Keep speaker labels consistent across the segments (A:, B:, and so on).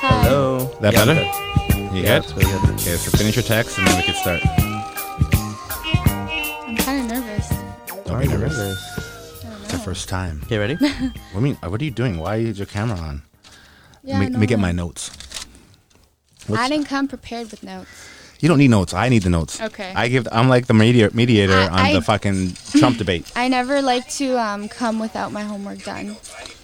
A: Hello.
B: That
A: Yeah, I'm
B: better?
A: good.
B: You
A: Yeah,
B: good?
A: that's really good.
B: Okay, so finish your text and then we can start.
C: I'm kind of nervous.
B: Don't be nervous. It's the first time.
A: Okay, ready?
B: What, mean, what are you doing? Why is your camera on?
C: Yeah,
B: Let me,
C: no,
B: let me get
C: no.
B: my notes.
C: I
B: What's-
C: didn't come prepared with notes.
B: You don't need notes. I need the notes.
C: Okay.
B: I give. I'm like the mediator, mediator
C: I-
B: on the
C: I-
B: fucking Trump debate.
C: I never like to um, come without my homework done.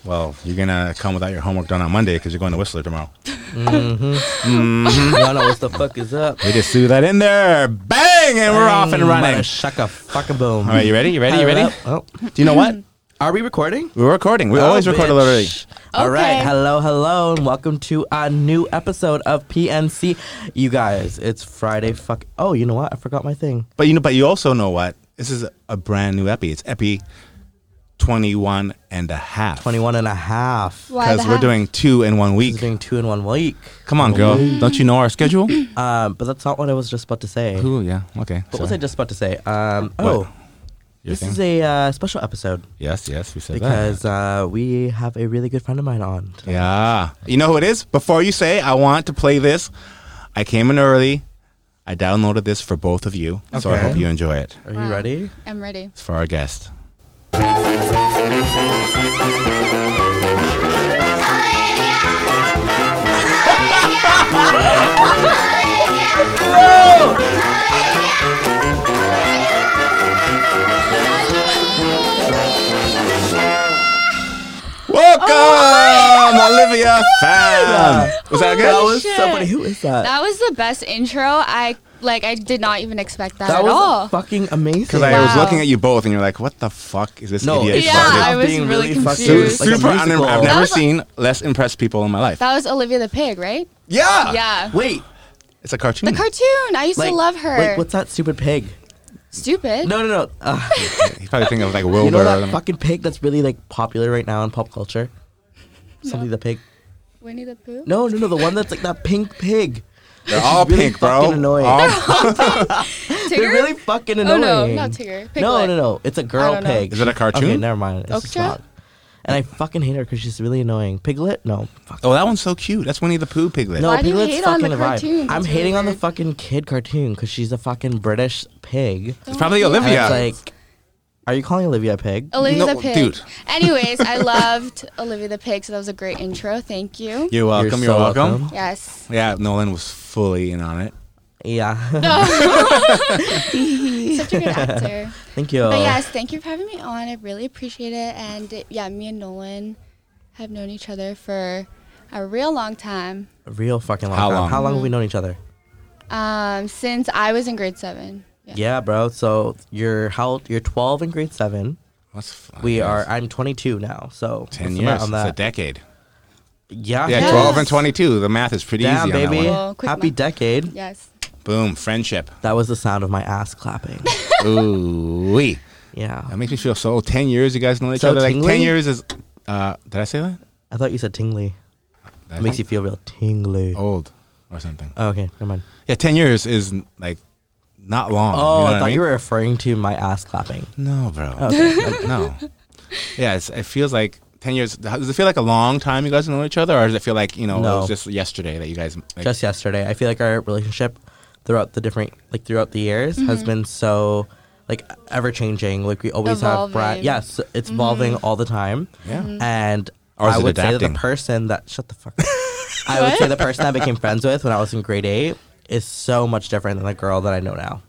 B: Well, you're gonna come without your homework done on Monday because you're going to Whistler tomorrow.
A: Y'all know what the fuck is up.
B: We just threw that in there, bang, and we're off and running.
A: Shaka fucka boom.
B: All right, you ready? You ready? You ready?
A: Oh.
B: Do you know what?
A: Are we recording?
B: We're recording. Oh, We always record a little early.
A: All right.
C: Okay.
A: Hello, hello, and welcome to a new episode of PNC. You guys, it's Friday. Fuck. Oh, you know what? I forgot my thing.
B: But you know, but you also know what? This is a brand new epi. It's epi 21 and a half.
A: 21 and a half.
C: Why the
B: Because we're
C: half?
B: doing two in one
A: We're
B: week.
A: doing two in one week.
B: Come on, girl.
A: Oh.
B: Don't you know our schedule?
A: Um, but that's not what I was just about to say.
B: Ooh, yeah. Okay.
A: What
B: sorry.
A: was I just about to say? Um,
B: What?
A: oh,
B: Your
A: this
B: thing?
A: is a uh, special episode
B: yes, yes. We said that.
A: because uh, we have a really good friend of mine on.
B: Yeah. You know who it is? Before you say, I want to play this, I came in early. I downloaded this for both of you. So I
A: Okay.
B: hope you enjoy it.
A: Are you
C: Wow.
A: ready?
C: I'm ready.
B: It's for our guest. Welcome, Olivia Pham. Was that good?
A: That Um, was
C: Uh, shit.
A: somebody. Who is that?
C: That was the best intro. I like. I did not even expect that,
A: That
C: at
A: was
C: all.
A: fucking amazing.
B: Because I was
C: Wow.
B: looking at you both, and you're like, "What the fuck is this
A: no,
B: idiot?"
A: it's
C: Yeah,
B: talking?"
A: fucking
C: I was
A: being
C: really
A: fucking
B: Dude,
C: confused. It was
A: like a
B: super
A: musical.
B: unim- I've never
C: was like-
B: seen less impressed people in my life.
C: that was Olivia the Pig, right?
B: yeah,
C: yeah.
A: Wait,
B: it's a cartoon.
C: The cartoon. I used
A: like,
C: to love her.
A: Wait, what's that stupid pig?
C: Stupid.
A: No, no, no. Uh,
B: He's probably thinking of like Wilbur.
A: you know
B: or
A: that
B: something.
A: fucking pig that's really like popular right now in pop culture. Something the pig.
C: Winnie the Pooh.
A: No, no, no. The one that's like that pink pig.
B: They're all
A: really
B: pink, bro.
A: fucking annoying.
B: All-
C: Tigger?
A: They're really fucking
C: Oh,
A: annoying.
C: no, not Tigger. Piglet.
A: No, no, no. It's a girl
C: don't know.
A: pig.
B: Is it a
A: She-
B: cartoon?
A: Okay, never mind. It's just
C: Okja?
A: not. And I fucking hate her because she's really annoying. Piglet? No. Fuck.
B: oh, that one's so cute. That's Winnie the Pooh piglet.
A: No,
C: Why do you
A: Piglet's
C: hate on
A: fucking
C: the
A: a vibe.
C: cartoons?
A: I'm
C: That's really
A: hating on the
C: weird.
A: fucking kid cartoon because she's a fucking British pig.
B: it's probably
C: Don't do
B: Olivia.
C: that.
A: And it's like, are you calling Olivia a pig?
C: Olivia
B: No,
C: the Pig.
B: dude.
C: Anyways, I loved Olivia the Pig, so that was a great intro. Thank you.
B: You're welcome. You're,
A: so
B: welcome.
C: Yes.
B: Yeah, Nolan was fully in on it.
A: Yeah.
C: Such a good actor.
A: Thank you.
C: But yes, thank you for having me on. I really appreciate it. And uh, yeah, me and Nolan have known each other for a real long time.
A: Real fucking long
B: How
A: time.
B: long?
A: How long have we known each other?
C: Um, since I was in grade seven. Yeah.
A: Yeah, bro. So you're how old? You're 12 in grade seven.
B: That's fine.
A: We are. I'm 22 now. So
B: ten
A: what's the math
B: years.
A: on
B: It's a
A: that.
B: decade.
A: yeah.
B: Yeah,
C: Yes.
B: twelve and twenty-two. The math is pretty
A: Damn,
B: easy on
A: baby.
B: that one.
C: Well, quick
A: Happy
C: math.
A: decade.
C: Yes.
B: Boom, friendship.
A: That was the sound of my ass clapping.
B: Ooh, wee. That
A: yeah.
B: makes me feel so. old. Ten years, you guys know each
A: So
B: other. Like ten
A: tingly?
B: years is. Uh, did I say that?
A: I thought you said tingly.
B: That
A: It makes you feel real tingly. Oh.
B: old or something.
A: okay, never mind.
B: Yeah, ten years is like not long.
A: Oh,
B: know
A: I
B: what
A: thought
B: mean?
A: you were referring to my ass clapping.
B: No, bro. no. Yeah, it's, it feels like ten years. how- Does it feel like a long time you guys know each other, or does it feel like you know it
A: No.
B: was just yesterday that you guys? Like,
A: Just yesterday, I feel like our relationship throughout the different, like throughout the years,
C: Mm-hmm.
A: has been so like ever changing. Like we always have
C: Evolving.
A: Brad.
C: Mm-hmm.
A: Yes, it's evolving all the time.
B: Yeah. Mhm.
A: and
B: Or is
A: I
B: it
A: would say that
B: adapting?
A: the person that shut the fuck. up. I would say the person I became friends with when I was in grade eight is so much different than the girl that I know now.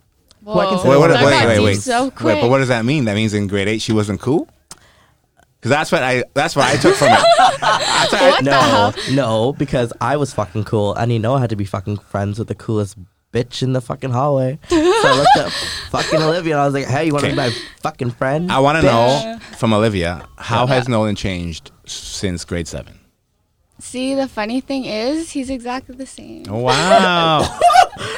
C: Whoa.
A: I can say
B: wait, what,
A: That
B: wait,
C: got
B: wait,
C: deep
B: wait.
C: So quick.
B: Wait, but what does that mean? That means in grade eight she wasn't cool. Because that's what I that's what I took from it.
C: What the
A: no,
C: hell?
A: no, because I was fucking cool, and you know I had to be fucking friends with the coolest bitch in the fucking hallway. So I looked up fucking Olivia, and I was like, "Hey, you want to be
B: Okay.
A: my fucking friend?"
B: I want to
A: bitch?"
B: know from Olivia how has Nolan changed since grade seven?
C: See, the funny thing is, he's exactly the same.
B: Wow.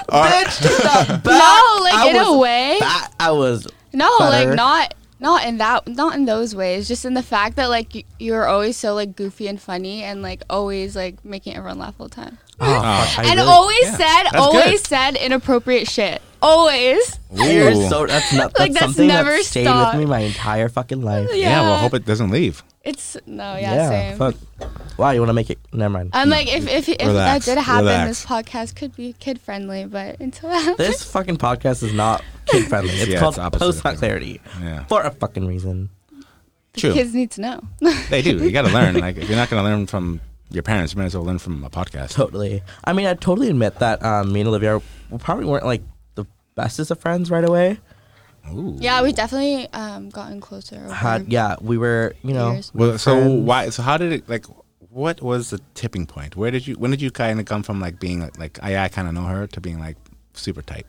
A: Bitch, took that back.
C: No, like
A: I
C: in a
A: was
C: way.
A: I, I was.
C: No,
A: better.
C: like not not in that not in those ways. Just in the fact that like y- you're always so like goofy and funny and like always like making everyone laugh all the time.
A: Oh, fuck, I
C: and
A: really-
C: always
B: yeah, that's
C: said
B: good.
C: always said inappropriate shit. Always.
A: You're
B: Ooh.
A: so that's not that's,
C: Like, that's
A: something
C: never
A: that stayed
C: stopped.
A: with me my entire fucking life.
B: yeah. Well,
C: Yeah.
B: hope it doesn't leave.
C: It's no, yeah, same. Uh,
A: fuck. Why you want to make it? Never mind.
C: I'm like, if if, if that
B: Relax,
C: did happen,
B: relax.
C: this podcast could be kid friendly. But until that happens,
A: this fucking podcast is not kid friendly. It's
B: Yeah,
A: called
B: it's opposite
A: Post
B: of
A: Not
B: kid.
A: Clarity
B: Yeah.
A: for a fucking reason.
C: the
B: True.
C: kids need to know.
B: They do. You got to learn. Like, if you're not going to learn from your parents, you might as well learn from a podcast.
A: Totally. I mean, I totally admit that um, me and Olivia we probably weren't like the bestest of friends right away.
B: Ooh.
C: yeah, we definitely um, gotten closer. Over
A: Had yeah, we were you know
C: Mm-hmm. years.
B: Well, so
A: friends.
B: why? So how did it like? What was the tipping point? Where did you? When did you kind of come from like being like, like I, I kind of know her to being like super tight?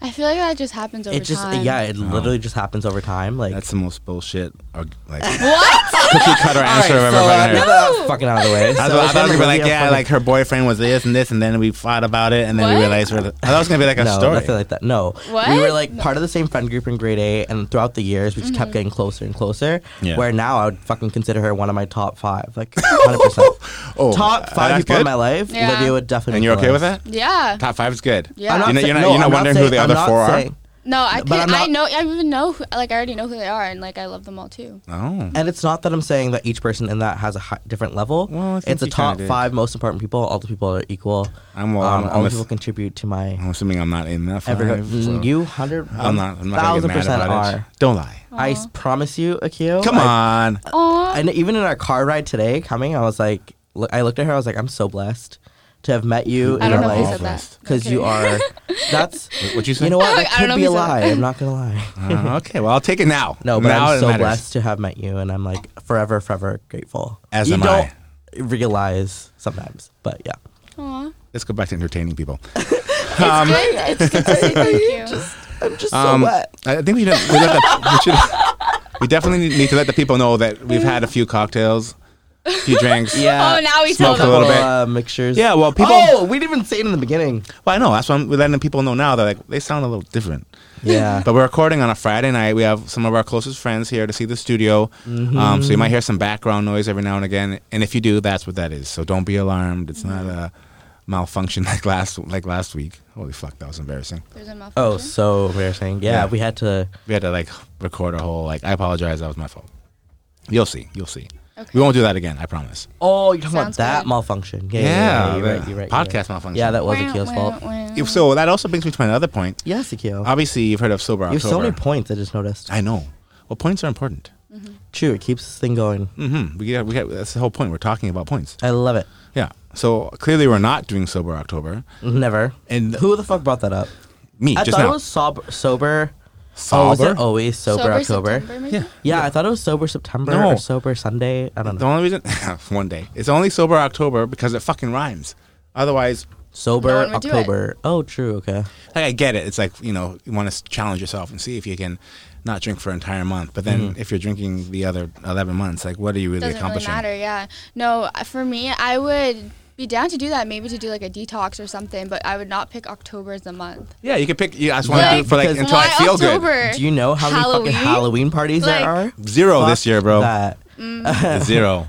C: I feel like that just happens over
A: it just
C: time.
A: yeah, it literally just happens over time. Like
B: Oh. That's the most bullshit. Or, like
C: What?
B: cookie cutter answer I've ever fucking heard.
A: now that that's uh, fucking out of the way.
B: I was,
A: so
B: I thought it was
A: then
B: gonna be like,
A: Olivia
B: yeah,
A: fucking-
B: like her boyfriend was this and this, and then we fought about it, and then we
C: What?
B: realized we're. The, I thought it was gonna be like a
A: no,
B: story.
A: nothing like that. No,
C: What?
A: we were like part of the same friend group in grade A, and throughout the years, we just kept getting closer and closer.
B: Yeah.
A: Where now I would fucking consider her one of my top five, like 100. percent
B: oh,
A: Top
B: uh,
A: five
B: that's
A: people in
B: good?
A: my life,
C: Yeah.
A: Olivia would definitely.
B: And you're
A: be
B: okay
A: one.
B: with that?
C: Yeah.
B: Top five is good.
C: Yeah.
A: I'm
B: You're
A: not
B: not,
A: saying-
B: you're not,
A: no,
B: you're not
A: I'm
B: wondering who
A: saying-
B: the
A: I'm
B: other
A: not
B: four
A: saying-
C: No, I
A: But I'm
C: can, I
A: not-
C: know I even know who, like I already know who they are and like I love them all too.
B: are. Oh.
A: And it's not that I'm saying that each person in that has a hi- different level.
B: Well, I think
A: it's a
B: you kinda
A: top
B: did.
A: five most important people. All the people are equal.
B: I'm- well,
A: um,
B: I'm- I'm
A: all
B: a
A: the
B: s-
A: people contribute to my
B: I'm assuming I'm not in that five.
A: every.
B: so-
A: mm, You hundred.
B: I'm not. I'm not gonna
A: thousand
B: get mad
A: percent
B: about
A: are.
B: it. Don't lie.
A: I s- promise you, Akio.
B: Come
A: Oh, I-
B: on.
C: Aw.
A: and even in our car ride today coming, I was like, look, I looked at her, I was like, I'm so blessed to have met you
C: I
A: in
C: don't
A: our
C: know if he
A: life
C: said that.
A: because you are. That's
B: What you say?
A: you know what
C: I'm
A: that
C: like, I don't
A: could
C: know
A: be
C: if
A: a
C: he said
A: lie.
C: that.
A: I'm not gonna lie.
B: Uh, okay, well I'll take it now.
A: No, but
B: now it
A: I'm so
B: matters.
A: blessed to have met you, and I'm like forever, forever grateful.
B: As
A: you
B: am
A: don't
B: I.
A: realize sometimes, but yeah. Um,
C: Aw.
B: Let's go back to entertaining people.
C: It's good. It's good to say thank you.
A: I'm just
B: Um,
A: so wet.
B: I think we, should, we, let the, we, should, we definitely need to let the people know that we've had a few cocktails, a few drinks.
A: Yeah.
C: oh, now we tell
B: smoke a
C: them.
B: little bit.
A: Uh, mixtures.
B: Yeah, well, people.
A: Oh, we didn't even say it in the beginning.
B: Well, I know. That's why I'm- we're letting the people know now. They're like, they sound a little different.
A: Yeah.
B: But we're recording on a Friday night. We have some of our closest friends here to see the studio. Um, so you might hear some background noise every now and again. And if you do, that's what that is. So don't be alarmed. It's not a malfunction like last like last week. Holy fuck, that was embarrassing.
C: There's a malfunction.
A: oh, so embarrassing. Yeah,
B: Yeah.
A: we had to.
B: We had to like record a whole like I apologize, that was my fault. You'll see. You'll see.
C: Okay.
B: We won't do that again, I promise.
A: Oh, you're talking about
C: Sounds
A: that
C: good.
A: malfunction. Yeah,
B: Yeah,
A: yeah, yeah, you're right,
B: the
A: you're right, you're
B: podcast
A: right.
B: malfunction.
A: Yeah, that was
C: Wah,
A: Akio's
C: wah,
A: fault.
C: wah.
B: If so that also brings me to another point.
A: Yes, Akio.
B: Obviously you've heard of Sober
A: you have so many
B: October.
A: points. I just noticed.
B: I know. Well points are important.
A: True, it keeps this thing going.
B: hmm We got, we got, that's the whole point. We're talking about points.
A: I love it.
B: Yeah. So clearly we're not doing Sober October.
A: Never.
B: And-
A: who the fuck brought that up?
B: Me,
A: I
B: just
A: thought
B: now.
A: it was sober. Sober. Oh, was
B: Sober?
A: it always sober, October?
C: September, maybe?
B: Yeah.
A: Yeah, I thought it was sober September
B: No.
A: or sober Sunday. I don't know.
B: The only reason, one day, it's only Sober October because it fucking rhymes. Otherwise,
A: Sober
C: No one would do it.
A: October. Oh, true. Okay.
B: like I get it. It's like you know you want to challenge yourself and see if you can not drink for an entire month. But then
A: Mm-hmm.
B: if you're drinking the other eleven months, like what are you really
C: Doesn't really
B: accomplishing?
C: matter. Yeah. No, uh, for me, I would be down to do that. Maybe to do like a detox or something. But I would not pick October as a month.
B: Yeah, you can pick. Yeah, I just want to
A: Like,
B: do it for like
A: because-
B: until I
C: Why
B: feel
C: October?
A: Do you know how many fucking Halloween parties
C: Like-
A: there are?
B: good. Zero
A: Fuck
B: this year, bro.
A: That.
B: Zero.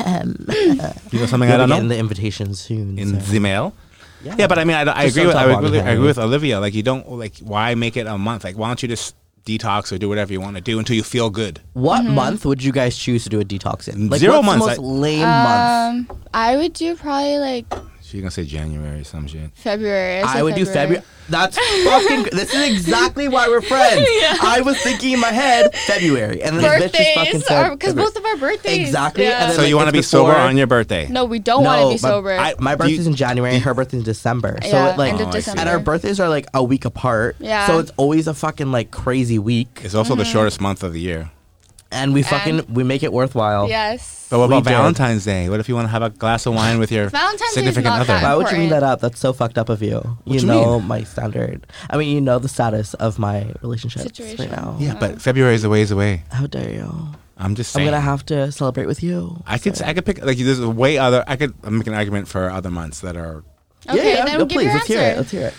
B: you know something I
A: You'll be
B: don't
A: getting
B: know
A: the invitation soon.
B: in
A: so.
B: the mail. Yeah, but I mean, I, I
A: Just
B: agree with
A: don't
B: I,
A: talk
B: would
A: about
B: really, I
A: it,
B: agree
A: Henry.
B: with Olivia. Like, you don't like why make it a month? Like, why don't you just detox or do whatever you want to do until you feel good?
A: what
C: Mm-hmm.
A: month would you guys choose to do a detox in? Like,
B: Zero
A: what's
B: months,
A: The most
B: I-
A: lame month.
C: Um, I would do probably like
B: She's gonna say January or some shit.
C: February.
A: I
C: said
A: would do February. That's fucking. this is exactly why we're friends. I was thinking in my head February, and then this bitch just fucking
C: Birthdays,
A: said
C: because
A: February.
C: both of our birthdays.
A: Exactly, and
C: Yeah.
A: then,
B: So
A: like,
B: you want to
A: it's
B: be sober
A: before-
B: on your birthday?
C: no, we don't want
A: No,
C: to be
A: but
C: sober.
B: I- Do
A: my
B: you-
A: birthday's in January, and her birthday's in December. So
C: Yeah,
A: it like
C: end
B: Oh,
C: of
B: I see.
C: December.
A: and our birthdays are like a week apart.
C: Yeah.
A: So it's always a fucking like crazy week,
B: It's also the
C: Mm-hmm.
B: shortest month of the year.
A: and we fucking we make it worthwhile.
C: Yes.
B: But what
A: We
B: about
A: did.
B: Valentine's Day? What if you want to have a glass of wine with your
C: Valentine's Day is
B: significant
C: not
B: other?
C: that
A: Why would you bring
C: Important.
A: that up? That's so fucked up of you. you
B: you
A: know
B: mean?
A: my standard. I mean, you know the status of my relationship
C: Situation.
A: right now.
B: Yeah, but February is a ways away.
A: How dare you?
B: I'm just
A: I'm
B: saying.
A: gonna have to celebrate with you.
B: I could I could pick like there's way other. I could make an argument for other months that are
C: Okay, then
A: no,
C: give
A: please.
C: your
A: let's hear it.
C: answer.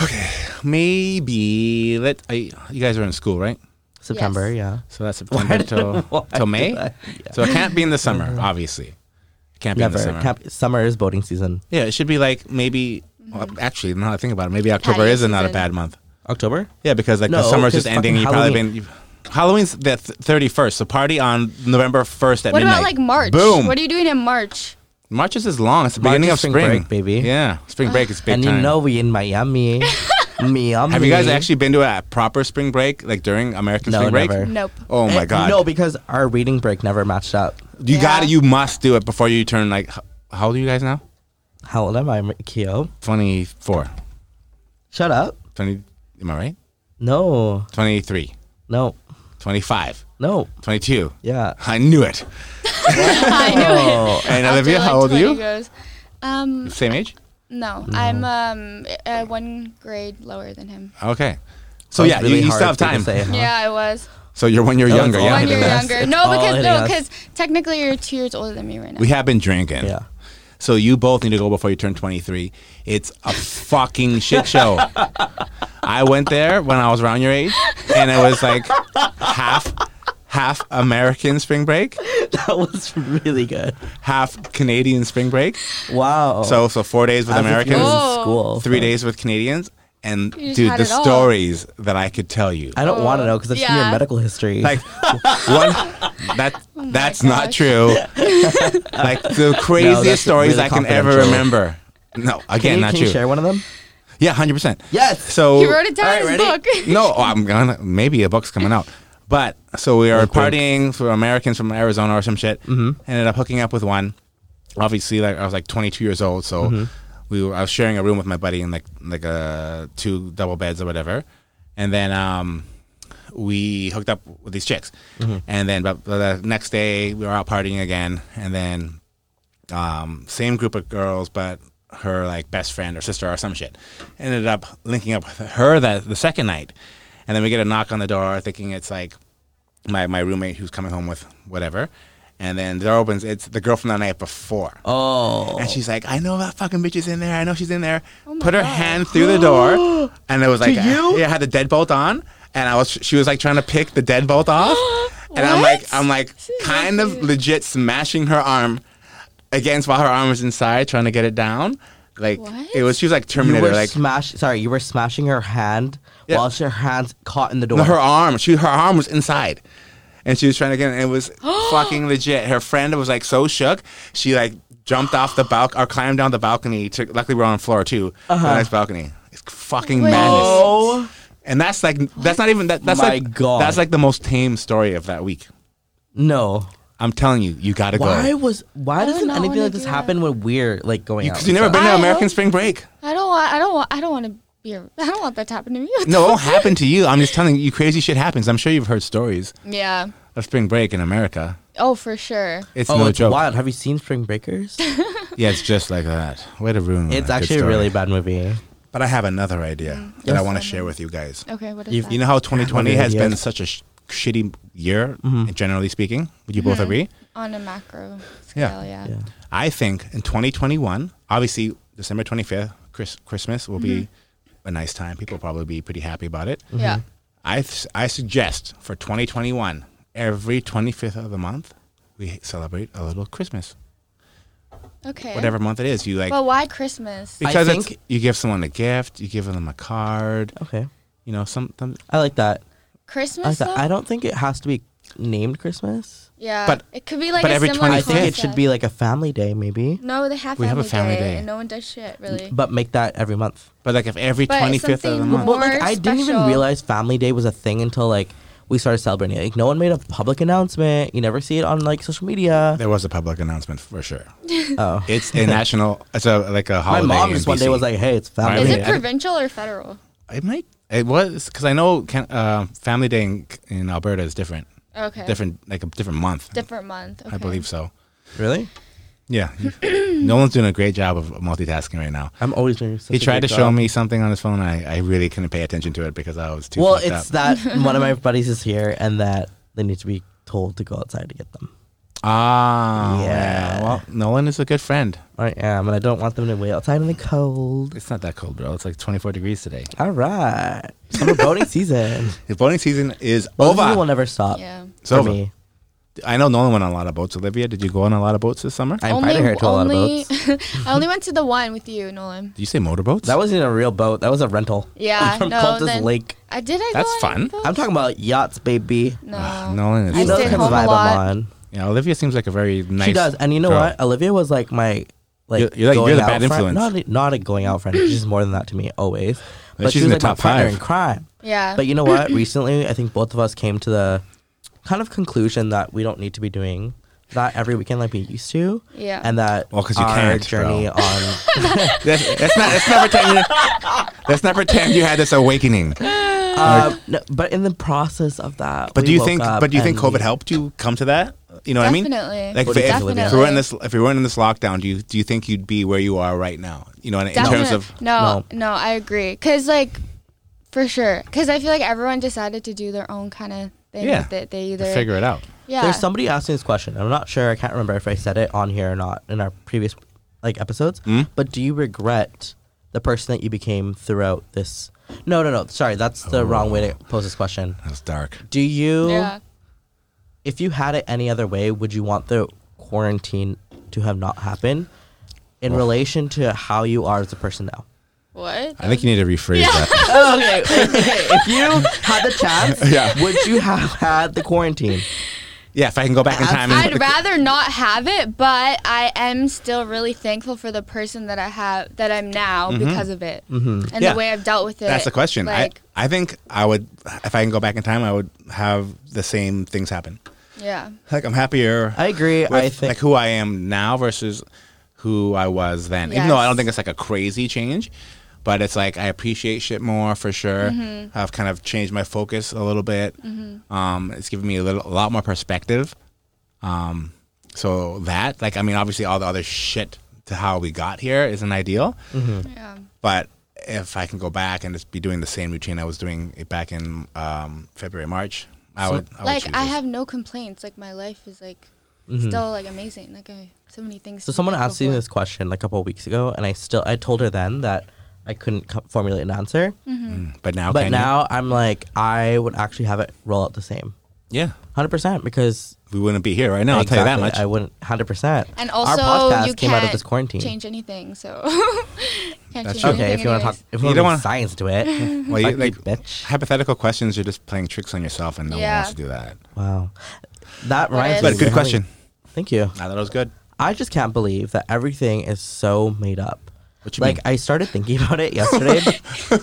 A: Let's hear it.
B: maybe let. I, you guys are in school, right?
A: September.
C: Yes.
A: Yeah.
B: So that's September till,
A: why
B: till May.
A: did I- Uh-huh.
B: So it can't be in the summer, obviously. It can't be
A: Never.
B: in the summer.
A: Cap- summer is boating season.
B: yeah, it should be like maybe. Well, actually, now that I think about it, maybe October
C: Patio
B: is not a
C: Mm-hmm. season.
B: bad month.
A: October.
B: Yeah, because like the
A: No,
B: summer's just
A: 'cause
B: ending.
A: fucking
B: You probably
A: Halloween.
B: been. You've, Halloween's the thirty first. So party on November first at
C: What
B: midnight.
C: about like March?
B: Boom.
C: What are you doing in March?
B: March is as long. It's the
A: March
B: beginning
A: is
B: of
A: spring
B: spring,
A: break, baby.
B: Yeah, spring break is big
A: and
B: time.
A: you know we in Miami. Miami.
B: Have you guys actually been to a proper spring break, like during American
A: No,
B: spring break?
A: never.
C: Nope.
B: Oh
C: Eh,
B: my god!
A: No, because our reading break never matched up.
B: you
C: Yeah.
B: got it. You must do it before you turn like. h- How old are you guys now?
A: How old am I, Keo?
B: 24.
A: Shut up.
B: 20, am I right?
A: No,
B: 23,
A: no,
B: 25,
A: no.
B: 22.
A: Yeah.
B: I knew it.
C: I know.
A: Oh,
B: And
C: After,
B: Olivia,
C: like,
B: how old are
C: 20
B: you?
C: Goes, um,
B: Same age?
C: no, I'm um uh, one grade lower than him.
B: Okay. So
A: That was
B: yeah,
A: really
B: you, you still have
A: hard for you to
B: time.
A: say, huh?
C: Yeah, I was
B: So you're one year
A: That was
B: younger.
A: all
B: Yeah.
A: I
C: one year
A: hitting us.
C: younger.
A: It's
C: No,
A: all
C: because
A: hitting
C: no,
A: us.
C: because technically you're two years older than me right now.
B: We have been drinking.
A: yeah.
B: So you both need to go before you turn 23. It's a fucking shit show. I went there when I was around your age, and it was like half half American spring break,
A: That was really good.
B: half Canadian spring break.
A: Wow.
B: So so four days with
A: As if you
B: Americans,
A: were in
C: Oh.
A: school.
B: three days with Canadians, and
C: You just
B: dude,
C: had
B: the
C: it all.
B: stories that I could tell you.
A: I don't want to know because I've seen your
C: Yeah.
A: medical history.
B: like one that that's not
C: gosh.
B: true. like the craziest
A: that's
B: stories
A: really
B: I can ever
A: confidential.
B: remember. No,
A: can
B: again,
A: you,
B: not
A: can you
B: true.
A: share one of them?
B: Yeah, hundred percent.
A: Yes.
B: So
C: he wrote it down
A: All right,
C: in his
A: ready?
C: book.
B: no, I'm gonna maybe a book's coming out. But so we are partying for Americans from Arizona or some shit. Mm-hmm. Ended up hooking up with one. Obviously, like I was like 22 years old, so
A: Mm-hmm.
B: we were, I was sharing a room with my buddy in like like uh, two double beds or whatever. And then um, we hooked up with these chicks.
A: Mm-hmm.
B: And then but the next day we were out partying again. And then um, same group of girls, but her like best friend or sister or some shit ended up linking up with her that the second night, and then we get a knock on the door, thinking it's like my my roommate who's coming home with whatever, and then the door opens. It's the girl from the night before.
A: Oh.
B: And she's like, I know that fucking bitch is in there. I know she's in there. Put her hand through the door, and it was like,
A: you?
B: yeah, I had the deadbolt on, and I was, she was like trying to pick the deadbolt off, and I'm like,
C: What?
B: I'm like, kind of legit smashing her arm against while her arm was inside, trying to get it down. Like
C: What?
B: it was, she was like
A: You
B: Terminator,
A: were
B: like
A: smash. Sorry, you were smashing her hand
B: Yeah.
A: while her hands caught in the door.
B: no, her arm. She, her arm was inside. And she was trying to get it, and it was fucking legit. Her friend was like so shook, she like jumped off the balcony or climbed down the balcony. To, luckily, we are on floor 2 the next balcony. It's fucking
C: Wait.
B: madness.
A: Uh-huh. oh.
B: And that's like that's not even that. That's
A: My
B: like
A: God.
B: that's like the most tame story of that week.
A: No.
B: I'm telling you, you gotta
A: Why
B: go.
A: was why
C: I would
A: doesn't
C: not
A: anything
C: wanna
A: like this
C: do
A: happen when we're like going out?
B: Because you
A: and
B: never
A: stuff?
B: been to
C: I
B: American
C: hope-
B: Spring Break.
C: I don't want. I don't want. I don't want to be. A, I don't want that to happen to me.
B: No, it won't happen to you. I'm just telling you, crazy shit happens. I'm sure you've heard stories
C: Yeah.
B: of Spring Break in America.
C: Oh, for sure.
B: It's
A: Oh,
B: no
A: it's
B: joke.
A: wild. Have you seen Spring Breakers?
B: Yeah, it's just like that. Way to ruin. that
A: it's
B: good
A: actually a
B: story.
A: really bad movie.
B: But I have another idea that I
A: Yes.
B: want to share with you guys.
C: Okay. What
A: You-
C: is that?
B: You know how 2020
A: Other
B: has been
A: ideas.
B: such a sh- shitty year,
A: Mm-hmm.
B: generally speaking? Would you both agree?
C: On a macro scale, yeah.
A: Yeah.
B: I think in 2021, obviously December 25th, Chris- Christmas will be a nice time. People will probably be pretty happy about it.
A: Mm-hmm.
C: Yeah.
B: I, th- I suggest for 2021, every 25th of the month, we celebrate a little Christmas.
C: Okay.
B: Whatever month it is, you like.
C: But why Christmas?
A: I
B: because it's,
A: think-
B: you give someone a gift, you give them a card,
A: Okay,
B: you know, something.
A: I like that. I, like
C: Christmas.
A: that.
C: though?
A: I don't think it has to be named Christmas.
C: yeah.
B: but-
C: it could be like
B: but
C: a
B: every
C: similar
B: 25th
A: I think it
C: concept.
A: should be like a family day, maybe,
C: No, they have
B: We have
C: family
B: a family
C: day,
B: day.
C: and no one does shit really.
A: but make that every month.
B: But like if every
C: But
B: 25th of the
C: something
B: month.
A: But like,
C: More
A: I didn't even
C: special.
A: realize family day was a thing until like we started celebrating. it. Like, no one made a public announcement. You never see it on like social media.
B: There was a public announcement for sure.
A: Oh,
B: It's a national. It's a like a
A: my
B: holiday.
A: mom
B: in
A: just one day
B: BC.
A: was like, "Hey, it's
C: is
A: family."
B: I
A: day.
B: mean,
C: it
B: I-
C: provincial or federal?
B: it might. It was because I know can, uh, Family Day in, in Alberta is different,
C: Okay.
B: different like a different month.
C: Different month. Okay.
B: I believe so.
A: really?
B: Yeah, no one's doing a great job of multitasking right now.
A: I'm always doing. such
B: He
A: a
B: tried to
A: good
B: show
A: job.
B: me something on his phone. I, I really couldn't pay attention to it because I was too.
A: Well,
B: fucked
A: it's
B: up.
A: that one of my buddies is here, and that they need to be told to go outside to get them.
B: ah
A: Yeah.
B: yeah. Well, Nolan is a good friend.
A: I am, and I don't want them to wait outside in the cold.
B: It's not that cold, bro. It's like 24 degrees today.
A: All right, summer boating season.
B: The boating season is
A: Boating
B: over.
A: season will never stop.
C: Yeah.
B: It's
A: for
B: over.
A: me.
B: I know Nolan went on a lot of boats. Olivia, did you go on a lot of boats this summer?
A: I invited her to a lot of boats.
C: I only went to the one with you, Nolan.
B: Did you say motorboats?
A: That wasn't a real boat. That was a rental.
C: Yeah,
A: From
C: no,
A: Cultus
C: then-
A: Lake.
C: I did. I
B: That's
C: go on
B: fun.
C: boats?
A: I'm talking about yachts, baby.
C: No.
B: Ugh, Nolan is
C: I
A: You know
C: stayed
A: the kind
C: home
A: of
C: a
A: vibe
C: lot.
A: I'm on.
B: Yeah, Olivia seems like a very nice.
A: She does, and you know
B: girl.
A: what? Olivia was like my like
B: You're- you're like- you're
A: going
B: the
A: out
B: bad
A: friend.
B: influence.
A: Not not a going out friend. She's more than that to me always. But
B: she's
A: she
B: in the
A: was like my
B: top
A: partner
B: five.
A: in crime.
C: Yeah.
A: But you know what? Recently, I think both of us came to the kind of conclusion that we don't need to be doing that every weekend like we used to,
C: yeah.
A: and that
B: Well, 'cause you
A: our
B: can't,
A: journey
B: bro.
A: on
B: That's, that's not. That's not pretend. You, that's not pretend you had this awakening.
A: Uh, no, but in the process of that,
B: But
A: we
B: do you
A: woke
B: think?
A: up
B: But do you think
A: and
B: COVID
A: we-
B: helped you come to that? You know what I mean?
C: Definitely.
B: Like if,
A: What do you
B: if,
A: think, Olivia?
B: if we were in this, if we weren't in this lockdown, do you do you think you'd be where you are right now? You know, in, in terms
C: Definite-
B: of
C: no, no, I agree. Cause like, for sure. Cause I feel like everyone decided to do their own kind of thing
B: Yeah.
C: with it. They either
B: figure it out.
C: yeah.
A: There's somebody asking this question. I'm not sure. I can't remember if I said it on here or not in our previous like episodes. But do you regret the person that you became throughout this? No, no, no. Sorry, that's the wrong way to pose this question.
B: That's dark.
A: Do you,
C: yeah.
A: if you had it any other way, would you want the quarantine to have not happened in relation to how you are as a person now?
C: What?
B: I think you need to rephrase that.
A: okay, if you had the chance,
B: Yeah.
A: would you have had the quarantine?
B: Yeah, if I can go back in time. and-
C: I'd rather not have it, but I am still really thankful for the person that I have that I'm now because of it and
B: Mm-hmm. Yeah.
C: the way I've dealt with it.
B: That's the question.
C: Like,
B: I I think I would, if I can go back in time, I would have the same things happen.
C: yeah,
B: Like I'm happier.
A: I agree.
B: with,
A: I think
B: like who I am now versus who I was then. Even though I don't
C: Yes.
B: think it's like a crazy change, but it's like I appreciate shit more for sure.
C: Mm-hmm.
B: I've kind of changed my focus a little bit. Um, it's given me a little, a lot more perspective. Um, so that, like, I mean, obviously, all the other shit to how we got here isn't ideal,
A: Mm-hmm.
C: yeah,
B: but if I can go back and just be doing the same routine I was doing it back in um, February, March, I would. I would
C: like
B: choose
C: I
B: this. Mm-hmm.
C: have no complaints. Like my life is like still like amazing. Like I so many things.
A: so.
C: to be
A: Someone
C: thankful
A: asked me
C: for.
A: this question like a couple of weeks ago, and I still I told her then that I couldn't co- formulate an answer.
C: Mm-hmm.
B: Mm. But now,
A: But
B: can you?
A: now I'm like I would actually have it roll out the same,
B: yeah,
A: hundred percent because
B: we wouldn't be here right now. I'll tell you
A: exactly,
B: that much.
A: I wouldn't hundred percent.
C: And also,
A: our podcast
C: you
A: came
C: can't
A: out of this quarantine.
C: change anything. So can't
B: That's
C: change
B: true.
A: okay,
C: anything
A: if you want to talk,
C: anyways.
A: if
B: You
A: you
B: don't
A: want to
B: wanna-
A: science to it,
B: Well, you,
A: fuck
B: like
A: bitch.
B: hypothetical questions, you're just playing tricks on yourself, and no
C: Yeah.
B: one wants to do that.
A: Wow, that reminds
C: is-
A: me.
B: But good
A: really-
B: question.
A: Thank you.
B: I thought it was good.
A: I just can't believe that everything is so made up.
B: What you
A: Like
B: mean?
A: I started thinking about it yesterday,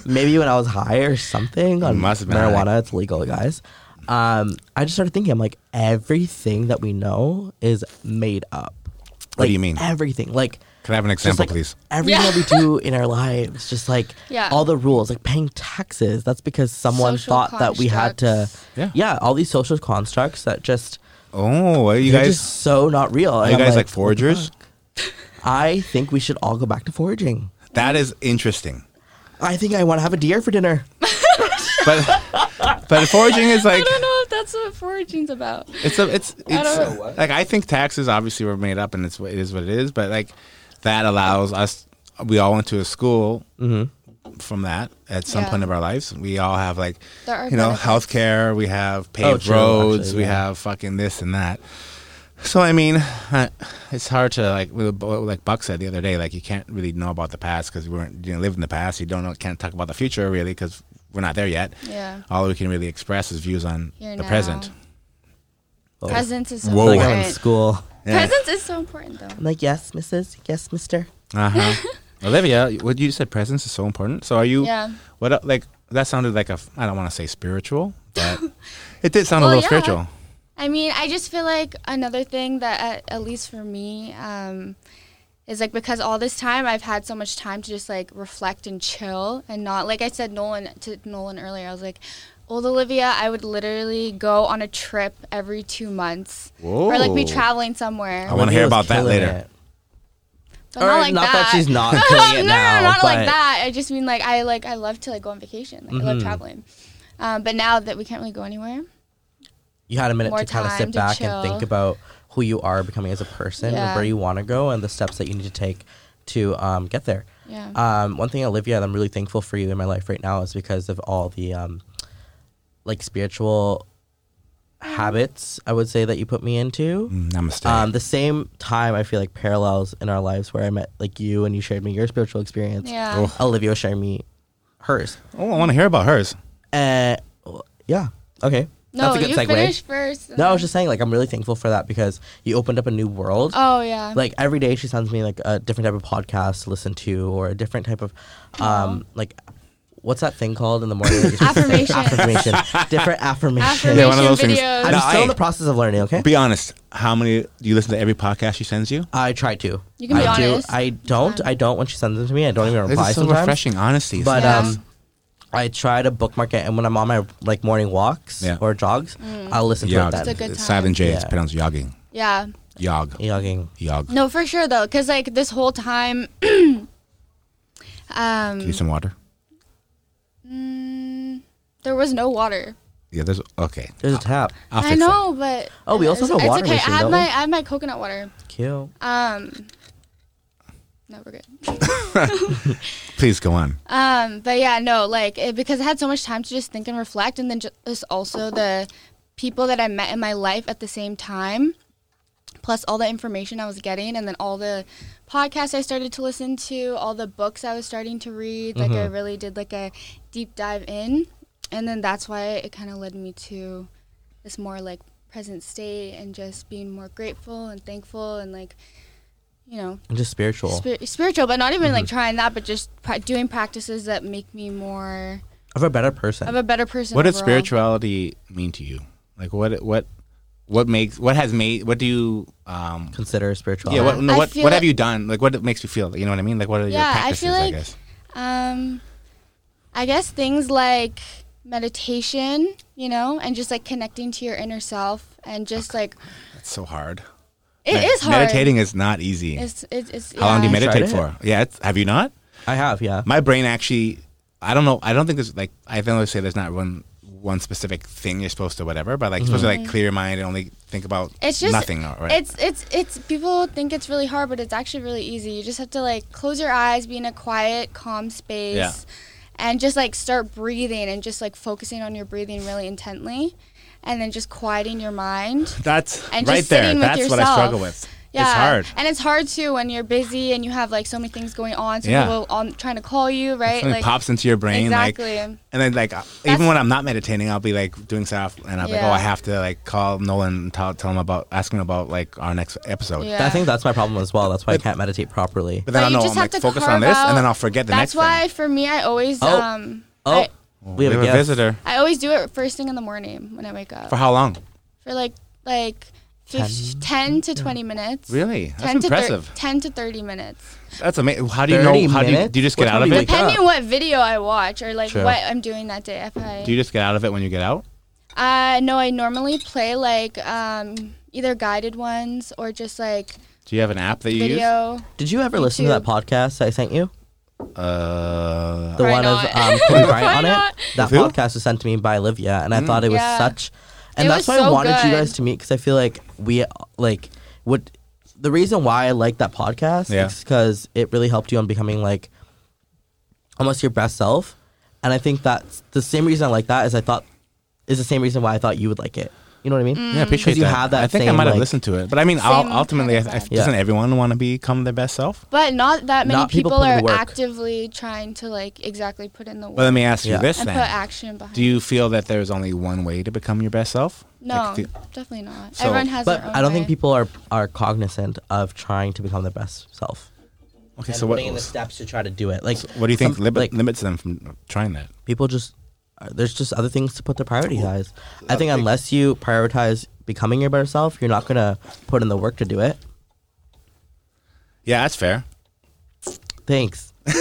A: maybe when I was high or something on
B: must have been
A: marijuana.
B: high.
A: It's legal, guys. Um, I just started thinking. I'm like, everything that we know is made up. Like,
B: What do you mean?
A: Everything. Like
B: Can I have an
A: just,
B: example,
A: like,
B: please?
A: Everything
C: Yeah.
A: that we do in our lives, just like
C: Yeah.
A: all the rules, like paying taxes. That's because someone
C: Social
A: thought that we had to.
C: constructs.
B: Yeah.
A: all these social constructs that just
B: Oh, are you
A: they're
B: guys?
A: just so not real.
B: are
A: And
B: you
A: I'm
B: guys like
A: what the
B: foragers?
A: fuck? I think we should all go back to foraging.
B: That is interesting.
A: I think I want to have a deer for dinner.
B: But but foraging is like
C: I don't know if that's what foraging's about.
B: it's a it's it's
C: I don't know.
B: uh, like I think taxes obviously were made up, and it's what- it is what it is. But like that allows us. We all went to a school
A: Mm-hmm.
B: from that at some
C: Yeah.
B: point of our lives. We all have like
C: There are
B: you know
C: benefits.
B: healthcare. We have paved
A: Oh, true,
B: roads.
A: actually,
B: we
A: yeah.
B: have fucking this and that. So I mean, uh, it's hard to like with- like Buck said the other day. Like you can't really know about the past because we weren't you know, live in the past. You don't know, can't talk about the future really because we're not there yet.
C: Yeah.
B: All we can really express is views on
C: Here
B: the
C: now.
B: present.
C: Oh, Presence is so
B: Oh. Whoa.
A: Like I'm in
C: important.
A: school.
B: Yeah.
C: Presence is so important though.
A: I'm like, yes, Mrs. Yes, Mister.
B: Uh huh. Olivia, what you said presence is so important. So are you?
C: Yeah.
B: What el- like that sounded like a f- I don't want to say spiritual, but it did sound a
C: Well,
B: little
C: yeah.
B: spiritual.
C: I mean, I just feel like another thing that, at, at least for me, um, is like because all this time I've had so much time to just like reflect and chill and not, like I said, Nolan to Nolan earlier, I was like, old Olivia, I would literally go on a trip every two months or like be
B: Whoa.
C: traveling somewhere.
B: I wanna
A: Olivia
B: hear
A: was
B: about that
A: killing
B: later.
A: it.
C: But
A: Or
C: not like
A: not
C: that.
A: that she's not killing it
C: no,
A: now,
C: No, no, not
A: but-
C: like that. I just mean like I like I love to like go on vacation. Like,
A: Mm-hmm.
C: I love traveling. Um, but now that we can't really go anywhere,
A: You had a minute
C: More
A: to kind of
C: time
A: sit
C: to
A: back and
C: chill.
A: think about who you are becoming as a person and
C: Yeah.
A: where you want to go and the steps that you need to take to um, get there.
C: yeah,
A: Um, one thing, Olivia, that I'm really thankful for you in my life right now is because of all the um, like spiritual habits I would say that you put me into.
B: Mm, Namaste.
A: Um, the same time, I feel like parallels in our lives where I met like you and you shared me your spiritual experience.
C: Yeah.
B: Oh.
A: Olivia was sharing me hers.
B: oh, I want to hear about hers.
A: Uh, yeah. Okay.
C: No,
A: That's a good
C: you
A: segue.
C: finish first. and
A: No, I was
C: then-
A: just saying, like, I'm really thankful for that because you opened up a new world.
C: Oh yeah.
A: like every day, she sends me like a different type of podcast to listen to, or a different type of, um, like, what's that thing called in the morning? that you just-
C: Affirmations.
A: affirmation, different affirmation.
B: Yeah, one of those
C: Affirmation
B: things.
C: videos.
A: I'm
B: No,
A: still
B: I-
A: in the process of learning. Okay,
B: Be honest. How many do you listen to every podcast she sends you?
A: I try to.
C: You can be
A: I do.
C: honest.
A: I don't. I don't when she sends them to me. I don't even
B: This
A: reply
B: is so
A: sometimes.
B: refreshing. Honesty.
A: But
C: Yeah.
A: um, I try to bookmark it, and when I'm on my like morning walks
B: Yeah.
A: or jogs, I'll listen to it
B: yog.
A: then.
C: Mm. It's a good
B: It's
C: time.
B: silent J. It's
A: Yeah.
B: pronounced yogging.
C: yeah.
B: Yog.
A: Yogging.
B: Yog.
C: No, for sure though, because like this whole time. um,
B: Need some water?
C: mm, there was no water.
B: Yeah. There's okay.
A: There's a tap.
B: I'll
C: I
B: fix that.
C: know, but
A: Oh, we also
C: it's,
A: have a
C: it's
A: water
C: okay.
A: machine,
C: I have
A: don't
C: my
A: we?
C: I have my coconut water.
A: Cute.
C: Um, no, we're good.
B: Please go on.
C: Um, but yeah, no, like it, because I had so much time to just think and reflect, and then ju- just also the people that I met in my life at the same time, plus all the information I was getting, and then all the podcasts I started to listen to, all the books I was starting to read. Like I really did like a deep dive in, and then that's why it kind of led me to this more like present state and just being more grateful and thankful and like you know
A: And just spiritual.
C: Spir- spiritual, but not even like
B: Mm-hmm.
C: trying that, but just pra- doing practices that make me more
A: of a better person.
C: of a better person.
B: What does
C: overall.
B: spirituality mean to you? Like what what what makes what has made what do you um
A: Consider spirituality.
B: yeah what no,
C: I
B: what
C: feel
B: what
C: it-
B: have you done? Like what makes you feel? You know what I mean? Like what are
C: Yeah, I
B: your practices?
C: feel
B: I,
C: like-
B: guess.
C: Um, I guess things like meditation, you know, and just like connecting to your inner self, and just like
B: That's so hard.
C: it is
B: Med-
C: hard.
B: Meditating is not easy.
C: It's, it's, it's,
B: How long do you
C: yeah.
A: tried
B: meditate
A: it?
B: for? Yeah, it's, have you not?
A: I have, yeah.
B: My brain actually, I don't know. I don't think there's like I think I say there's not one one specific thing you're supposed to whatever, but like you're supposed to like clear your mind and only think about
C: Mm-hmm. It's just
B: nothing. Right?
C: It's it's it's people think it's really hard, but it's actually really easy. You just have to like close your eyes, be in a quiet, calm space,
B: Yeah.
C: and just like start breathing and just like focusing on your breathing really intently, and then just quieting your mind.
B: that's
C: and
B: right
C: just
B: there.
C: sitting with
B: That's what I
C: yourself.
B: struggle with. It's hard.
C: and it's hard too when you're busy and you have like so many things going on. So
B: Yeah.
C: people on trying to call you, right?
B: Something
C: Like
B: pops into your brain,
C: Exactly.
B: like, and then like even when I'm not meditating, I'll be like doing stuff, and I'm like,
C: Yeah.
B: oh, I have to like call Nolan and tell, tell him about asking about like our next episode.
C: Yeah.
A: I think that's my problem as well. That's why I can't meditate properly.
B: But then
C: But
B: I
C: you
B: know
C: just
B: I'm
C: have
B: like
C: to
B: focus
C: carve
B: on this,
C: out-
B: and then I'll forget the next
C: that's why
B: thing.
C: for me I always
A: Oh.
C: um
A: Oh,
C: I,
A: we have, a, guest.
B: visitor.
C: I always do it first thing in the morning when I wake up.
B: For how long?
C: for like like fif- 10, to 20 minutes.
B: Really? That's
C: 10
B: impressive.
C: To thir- 10 to 30 minutes.
B: That's amazing. How do you know?
A: 30
B: How do you,
A: minutes?
B: do you just
A: What
B: get out
A: time
B: of
A: do
B: it?
A: you wake up?
C: Depending what video I watch or like
A: Sure.
C: what I'm doing that day. If I
B: Do you just get out of it when you get out?
C: uh, no, I normally play like um, either guided ones or just like
B: Do you have an app that you
C: video.
A: Did you ever listen to that
C: YouTube.
A: podcast I sent you?
B: use? Uh,
A: The
C: Probably
A: one
C: not.
A: of um, Kobe Bryant
C: not.
A: on
C: Mm.
A: it? That
B: With who?
A: podcast was sent to me by Olivia, and I thought it was
C: Yeah.
A: such. And
C: It
A: that's
C: was
A: why I
C: so
A: wanted you
C: good.
A: guys to meet because I feel like we, like, would. The reason why I like that podcast
B: Yeah.
A: is because it really helped you on becoming, like, almost your best self. And I think that's the same reason I like that is I thought, is the same reason why I thought you would like it. You know what I mean?
B: Yeah, I appreciate
A: you
B: that.
A: have that
B: I think I
A: same,
B: might have
A: like-
B: listened to it, but I mean, I'll,
C: Mm. Same
B: ultimately, I,
C: kind of
B: I,
C: vibe.
B: doesn't
A: Yeah.
B: everyone want to become their best self?
C: But not that many
A: Not people
C: people,
A: put in
C: are
A: the work.
C: actively trying to like exactly put in the work
B: Well, let me ask
A: Yeah.
B: you this
C: and
B: then:
C: put action behind
B: Do you feel that there's only one way to become your best self?
C: it. No,
B: Like, do-
C: definitely not.
B: So-
C: Everyone has
A: But
C: their own
A: I don't think
C: way.
A: people are are cognizant of trying to become their best self.
B: okay,
A: and
B: so what?
A: putting in the steps to try to do it. Like,
B: What do you think
A: some-
B: limit,
A: like,
B: limits them from trying that?
A: people just uh, there's just other things to put their prioritize. I think unless you prioritize becoming your better self, you're not gonna put in the work to do it.
B: Yeah, that's fair.
A: Thanks.
B: Uh,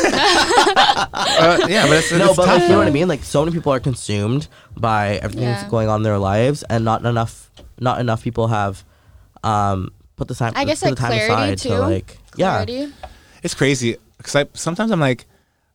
B: yeah, but it's,
A: No,
B: it's tough,
A: but like, you know
B: though.
A: what I mean. Like, so many people are consumed by everything
C: Yeah.
A: that's going on in their lives, and not enough, not enough people have um, put the time.
C: I guess
A: put
C: like
A: the time
C: clarity
A: aside
C: too.
A: to like,
C: clarity.
A: yeah,
B: It's crazy because I sometimes I'm like,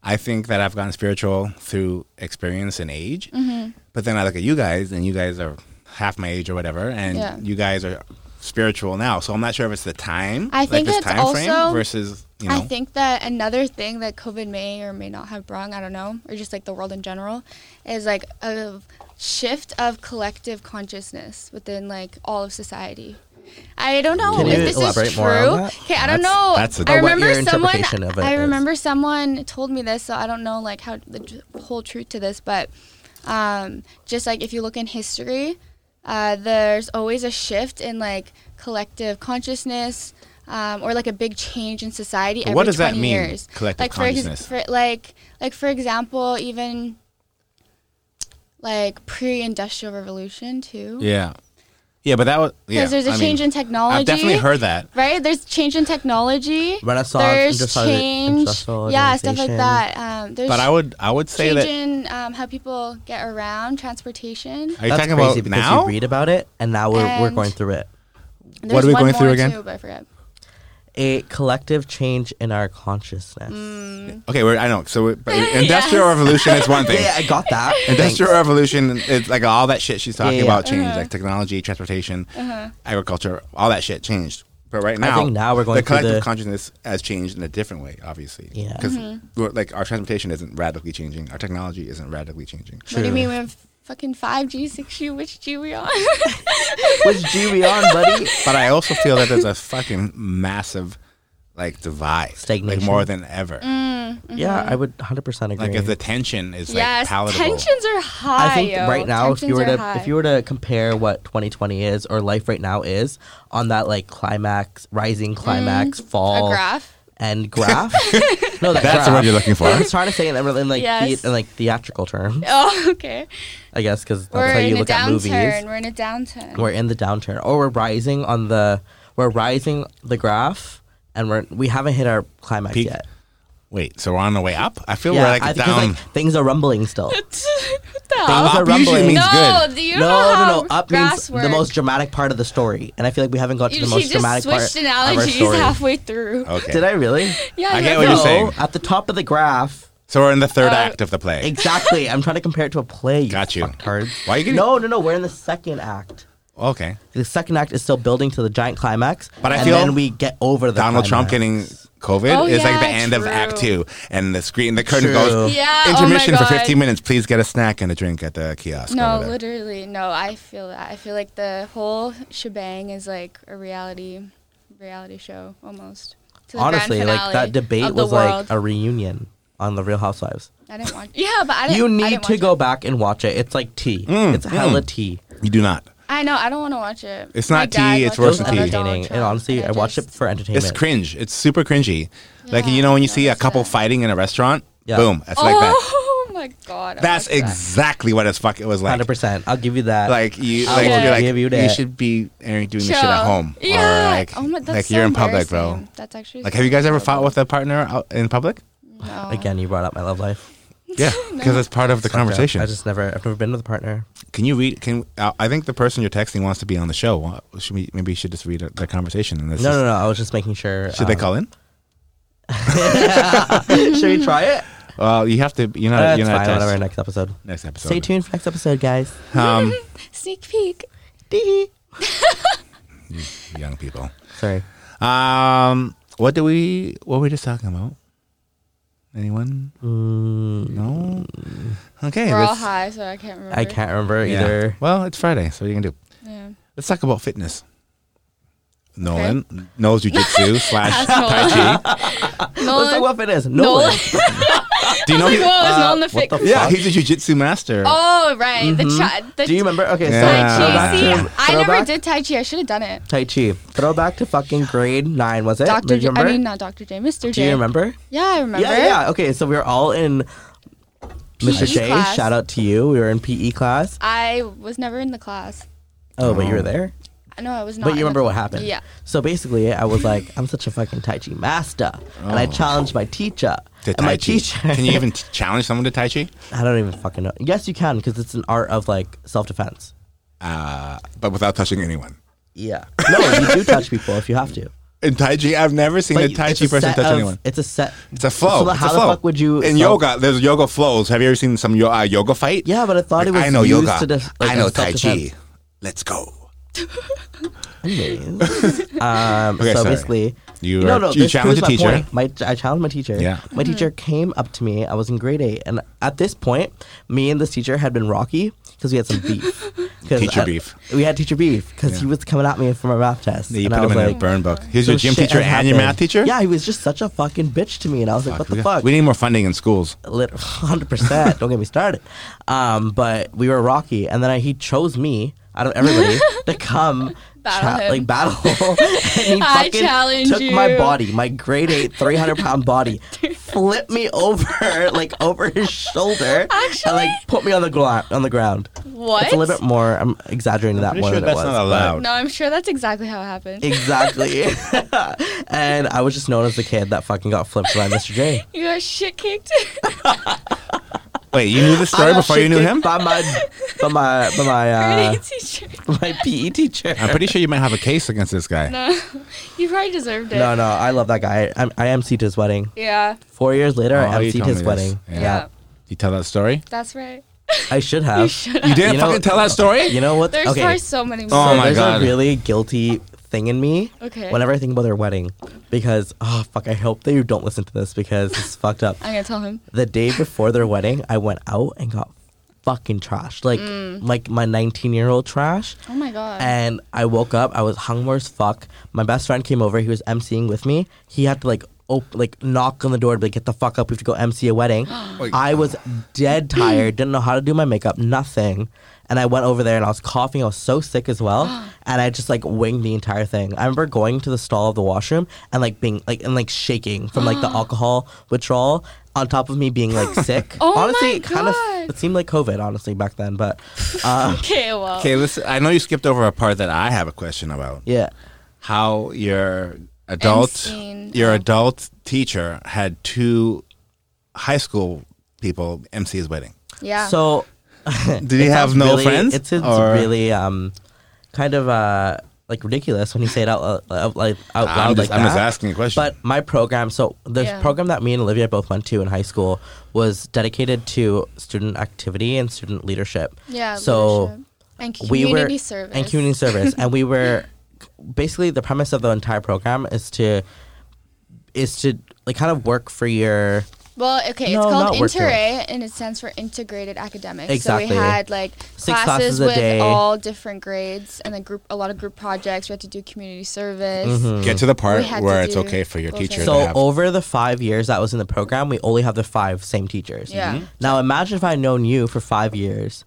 B: I think that I've gotten spiritual through experience and age,
C: Mm-hmm.
B: but then I look at you guys, and you guys are half my age or whatever, and
C: Yeah.
B: you guys are spiritual now. So I'm not sure if it's the time,
C: I
B: like
C: think
B: this
C: it's
B: time frame
C: also-
B: versus you know.
C: I think that another thing that COVID may or may not have brought, I don't know, or just like the world in general, is like a shift of collective consciousness within like all of society. I don't know
A: Can
C: if
A: you
C: this is
A: elaborate
C: true.
A: more on that?
C: Okay, I don't
B: That's-
C: know.
B: that's a-
A: Or
C: I
A: what
C: remember
A: your
C: someone.
A: interpretation of it
C: I
A: is.
C: remember someone told me this, so I don't know like how the tr- whole truth to this, but um, just like if you look in history, uh, there's always a shift in like collective consciousness. Um, or like a big change in society every
B: What does that
C: 20
B: mean,
C: years.
B: collective
C: like for ex-
B: consciousness?
C: for, like like for example, even like pre-industrial revolution too.
B: Yeah. Yeah, but that was yeah.
C: Because there's a
B: I
C: change
B: mean,
C: in technology.
B: I've definitely heard that.
C: Right? There's change in technology.
A: Renaissance,
C: There's
A: industrial-
C: change.
A: industrial
C: Yeah, stuff like
A: organization.
C: that. Um, there's
B: But I would I would say
C: change
B: that
C: in um, how people get around, transportation.
B: Are you
A: That's
B: talking
A: crazy
B: about
A: because
B: now?
A: you read about it, and now we're, we're
C: And-
A: going through it.
C: There's
B: are we
C: one
B: going through
C: more
B: again?
C: Too, but I forget.
A: A collective change in our consciousness.
C: Mm.
B: okay, we're, I know. So we're, but industrial revolution is one thing.
A: Yeah, I got that.
B: Industrial revolution, it's like all that shit she's talking
A: Yeah, yeah.
B: about changed, like technology, transportation, agriculture, all that shit changed. But right
A: I
B: now,
A: think now we're going
B: the
A: through
B: collective
A: the-
B: consciousness has changed in a different way, obviously.
A: Yeah.
B: because like our transportation isn't radically changing, our technology isn't radically changing.
C: What do
A: True.
C: you mean we have fucking 5G, 6G? Which G we on?
A: Which G we on, buddy?
B: But I also feel that there's a fucking massive like divide, like
A: Stagnation.
B: more than ever.
C: Mm-hmm.
A: Yeah, I would 100% agree.
B: Like if the tension is like
C: yes,
B: palatable.
C: tensions are high.
A: I think
C: yo.
A: right now, if you
C: Tensions
A: were
C: are
A: to
C: high.
A: if you were to compare what 2020 is or life right now is on that like climax, rising climax,
C: Mm-hmm. a
A: fall
C: graph.
A: and graph. no,
B: That's the
A: that graph.
B: word you're looking for.
A: I was trying to say it in, in like
C: Yes.
A: the, in like theatrical term,
C: Oh, okay.
A: I guess, because that's
C: We're
A: how you
C: in a
A: look at movies.
C: downturn. We're in a downturn.
A: We're in the downturn, or we're rising on the we're rising the graph, and we're we haven't hit our climax
B: Peak.
A: yet.
B: Wait, so we're on the way up? I feel
A: Yeah,
B: we're like
A: I think 'cause,
B: down.
A: like, things are rumbling still.
C: What oh, the hell?
A: those
B: up
A: are
B: usually
A: rumbling.
B: means
C: No,
B: good.
C: do you
A: no,
C: know
A: no,
C: how
A: no. Up means
C: grass works?
A: the most dramatic part of the story, and I feel like we haven't got to
C: You
A: the
C: she
A: most
C: just
A: dramatic part
C: switched
A: of our
C: analogies
A: story.
C: halfway through.
B: Okay.
A: Did I really?
C: Yeah,
B: I
C: you
B: get
C: have
B: what you're
C: to-
B: saying.
A: At the top of the graph,
B: So we're in the third
C: Uh,
B: act of the play.
A: exactly. I'm trying to compare it to a play. You
B: Got you.
A: fucktards.
B: Why are you getting
A: No, no, no. We're in the second act.
B: okay?
A: The second act is still building to the giant climax,
B: But I
A: and
B: feel
A: then we get over the
B: Donald Trump
A: climax.
B: getting COVID
C: Oh,
B: is like the
C: yeah,
B: end of Act
C: true.
B: Two, and the screen, the curtain
A: True.
B: goes
C: Yeah, oh my
B: intermission for
C: God.
B: 15 minutes. Please get a snack and a drink at the kiosk.
C: No,
B: over there.
C: literally, no. I feel that. I feel like the whole shebang is like a reality, reality show almost. To the grand
A: Honestly,
C: finale
A: like that debate
C: of the
A: was like
C: world.
A: a reunion on the Real Housewives.
C: I didn't watch. Yeah, but I didn't.
A: You
C: I
A: need
C: didn't
A: to
C: watch
A: go
C: It.
A: back and watch it. It's like tea.
B: Mm,
A: it's hella tea.
B: you do not.
C: I know. I don't want to watch it.
B: It's
C: My
B: not tea,
C: dad
B: it's
C: watches
B: worse
A: It was
B: than tea.
C: all the Donald
A: entertaining. In
C: Trump,
A: honestly,
C: and
A: I watched it
C: just-
A: for entertainment.
B: It's cringe. It's super cringy. Like
C: Yeah,
B: you know when you
C: I
B: see a
C: noticed
B: couple
C: that.
B: fighting in a restaurant,
A: Yeah.
B: boom, it's like that.
C: Oh my god. I
B: That's
C: watched that.
B: exactly what it's fuck. It was like.
A: Hundred percent. I'll give you that.
B: Like you,
A: I
B: like
C: will
B: you're like
A: give
B: you,
A: you that.
B: should be doing this shit
C: Chill.
B: at home,
C: Yeah.
B: or like
C: oh my, that's
B: like
C: so
B: you're in public, bro.
C: embarrassing. That's actually
B: Like, have you guys ever fought with a partner out in public?
C: No.
A: again, you brought up my love life
B: Yeah, because it's part of the conversation.
A: I just never. I've never been with a partner.
B: Can you read? Can uh, I think the person you're texting wants to be on the show? Wha- Should we, maybe you should just read uh, their conversation. And this
A: No,
B: is-
A: no, Uh, no. I was just making sure.
B: Should they call in?
A: it? should we try it?
B: Well, you have to. Uh, You're not.
A: That's
B: you're not
A: fine.
B: a text.
A: Whatever. Next episode.
B: Next episode.
A: Stay tuned for next episode, guys.
B: Um,
C: Sneak peek.
B: young people.
A: Sorry.
B: Um, what do we? What were we just talking about? Anyone?
A: Mm.
B: No. Okay.
C: We're all
B: let's-
C: high, so I can't remember.
A: I can't remember
B: yeah.
A: either.
B: Well, it's Friday, so what are you can do.
C: Yeah.
B: Let's talk about fitness. Nolan knows jujitsu slash
C: Ask
B: tai chi.
A: Let's talk
C: Nolan.
A: what it is. No.
C: Nolan.
A: one.
B: Do you know?
C: Like,
B: he-
C: whoa, is Nolan the
A: Uh, what
C: fake?
A: the
B: yeah,
A: fuck?
B: he's a jujitsu master.
C: Oh right, the chi- the
A: Mm-hmm. Do you remember? Okay,
B: Yeah.
C: Tai
A: so
C: Chi.
B: Throwback
C: See,
B: to-
C: I never
A: throwback?
C: did Tai Chi. I should have done it.
A: Tai Chi. Throwback to fucking grade nine, was it? Do
C: Doctor,
A: Eh, you
C: J- I
A: remember?
C: mean not Doctor J, Mr.
A: Do
C: J.
A: you remember?
C: Yeah, I remember.
A: Yeah, yeah. Okay, so we were all in Mr.
C: PE
A: J.
C: class.
A: Shout out to you. We were in PE class.
C: I was never in the class.
A: Oh, but you were there.
C: No, I was not.
A: But you
C: in the
A: remember what
C: class.
A: happened?
C: Yeah.
A: So basically, I was like, I'm such a fucking Tai Chi master, and I challenged my teacher.
B: To
A: and my
B: Oh. tai chi.
A: teacher.
B: Can you even t- challenge someone to tai chi?
A: I don't even fucking know. Yes, you can because it's an art of like self defense.
B: uh, but without touching anyone.
A: Yeah. No, you do touch people if you have to.
B: In Tai Chi, I've never seen a
A: you-
B: Tai
A: it's
B: Chi person
A: set
B: touch
A: of-
B: anyone.
A: It's a set.
B: It's a flow.
A: So
B: it's
A: how
B: a
A: the
B: flow.
A: fuck would you
B: In
A: self-
B: yoga, there's yoga flows. Have you ever seen some yo- uh, yoga fight?
A: Yeah, but I thought it
B: Like,
A: was
B: I know
A: used
B: yoga.
A: to def- like,
B: I know
A: as
B: Tai Chi.
A: self-defense.
B: Let's go.
A: Anyways, um,
B: Okay,
A: so
B: sorry.
A: basically,
B: You
A: no,
B: are-
A: no,
B: you
A: this
B: challenged
A: proves
B: a
A: my
B: teacher.
A: Point. My I challenged my teacher.
B: Yeah.
A: my teacher came up to me. I was in grade eight, and at this point, me and this teacher had been rocky because we had some beef. 'Cause
B: Teacher
A: I-
B: beef.
A: We had teacher beef because
B: Yeah.
A: he was coming at me for my math test,
B: Yeah, you
A: and
B: put
A: I
B: him
A: was
B: in
A: like,
B: a burn book. Here's your
A: "Some
B: gym
A: shit
B: teacher and
A: has
B: your math
A: happened."
B: teacher.
A: Yeah, he was just such a fucking bitch to me, and I was like, "What
B: we
A: the
B: got-
A: fuck?"
B: We need more funding in schools.
A: Lit- 100%. don't get me started. Um, but we were rocky, and then I, he chose me out of everybody to come
C: Battle him.
A: like battle. and he
C: I
A: fucking
C: challenge
A: took my
C: you.
A: body, my grade eight, 300 pound body, flipped me over, like over his shoulder, and like put me on the, gla- on the ground.
C: What?
A: It's a little bit more, I'm exaggerating that more
B: Pretty sure
A: than it
B: that's
A: was.
B: not
A: but-
B: allowed.
C: No, I'm sure that's exactly how it happened.
A: Exactly. and I was just known as the kid that fucking got flipped by Mr. J.
C: you got shit kicked.
A: Uh,
B: Wait, you knew this story
A: I got
B: before you
A: Oh, shit
B: knew
A: kicked
B: him?
A: By my, by my, by my, uh,
C: Great teacher.
A: my PE teacher.
B: I'm pretty sure you might have a case against this guy.
C: No, you probably deserved it.
A: No, no, I love that guy. I, I, I emceed his wedding.
C: Yeah,
A: Four years later,
B: Oh,
A: I
B: you
A: emceed
B: told me this.
A: his wedding.
B: Yeah.
C: yeah,
B: You tell that story?
C: that's right.
A: I should have.
B: You didn't
A: You know-
B: fucking tell that story?
A: You know what?
C: There's
A: okay.
C: probably so many.
B: Oh
A: So
C: more.
B: my
A: there's
B: God.
A: a really guilty thing in me
C: Okay.
A: whenever I think about their wedding because, oh, fuck, I hope that you don't listen to this because it's fucked up.
C: I'm gonna tell him.
A: The day before their wedding, I went out and got fucking trashed. Like,
C: Mm.
A: like my 19 year old trash.
C: Oh my god.
A: And I woke up. I was hungover as fuck. My best friend came over. He was emceeing with me. He had to like op- like knock on the door to be like, get the fuck up. We have to go MC a wedding.
B: Wait.
A: I was dead tired. Didn't know how to do my makeup. Nothing. And I went over there and I was coughing. I was so sick as well. And I just like winged the entire thing. I remember going to the stall of the washroom and like being like and like shaking from like the alcohol withdrawal. On top of me being like sick.
C: Oh my
A: honestly, it kind of
C: God.
A: it seemed like COVID. Honestly, back then, but uh,
C: okay, well.
B: Okay, listen. I know you skipped over a part that I have a question about.
A: yeah.
B: How your adult,
C: Emceeing,
B: your
C: oh.
B: adult teacher had two high school people MC his wedding.
C: Yeah.
A: So
B: Did he
A: It
B: have
A: sounds
B: no
A: really-
B: friends?
A: It's, it's
B: Or-
A: really um, kind of uh, like ridiculous when you say it out, out, out, like, out loud
B: I'm just,
A: like
B: I'm
A: that.
B: just asking a question.
A: But my program, so the
C: Yeah.
A: program that me and Olivia both went to in high school was dedicated to student activity and student leadership.
C: yeah.
A: So
C: leadership. and
A: we
C: community
A: were
C: service
A: and community service, and we were basically the premise of the entire program is to is to like kind of work for your
C: Well, okay,
A: No,
C: it's
A: not
C: called
A: work
C: InterA, and it stands for Integrated Academics. So
A: Exactly.
C: we had like
A: Six classes
C: classes,
A: a
C: with
A: day.
C: all different grades, and then group a lot of group projects. We had to do community service.
A: Mm-hmm.
B: Get to the part
C: We had
B: where
C: to
B: it's
C: do
B: okay for your
C: both
B: teacher
C: things.
B: to
A: So oh,
B: have.
A: over the five years that was in the program, we only have the five same teachers.
C: Yeah.
B: Mm-hmm.
C: Mhm.
A: Now imagine if I'd known you for five years,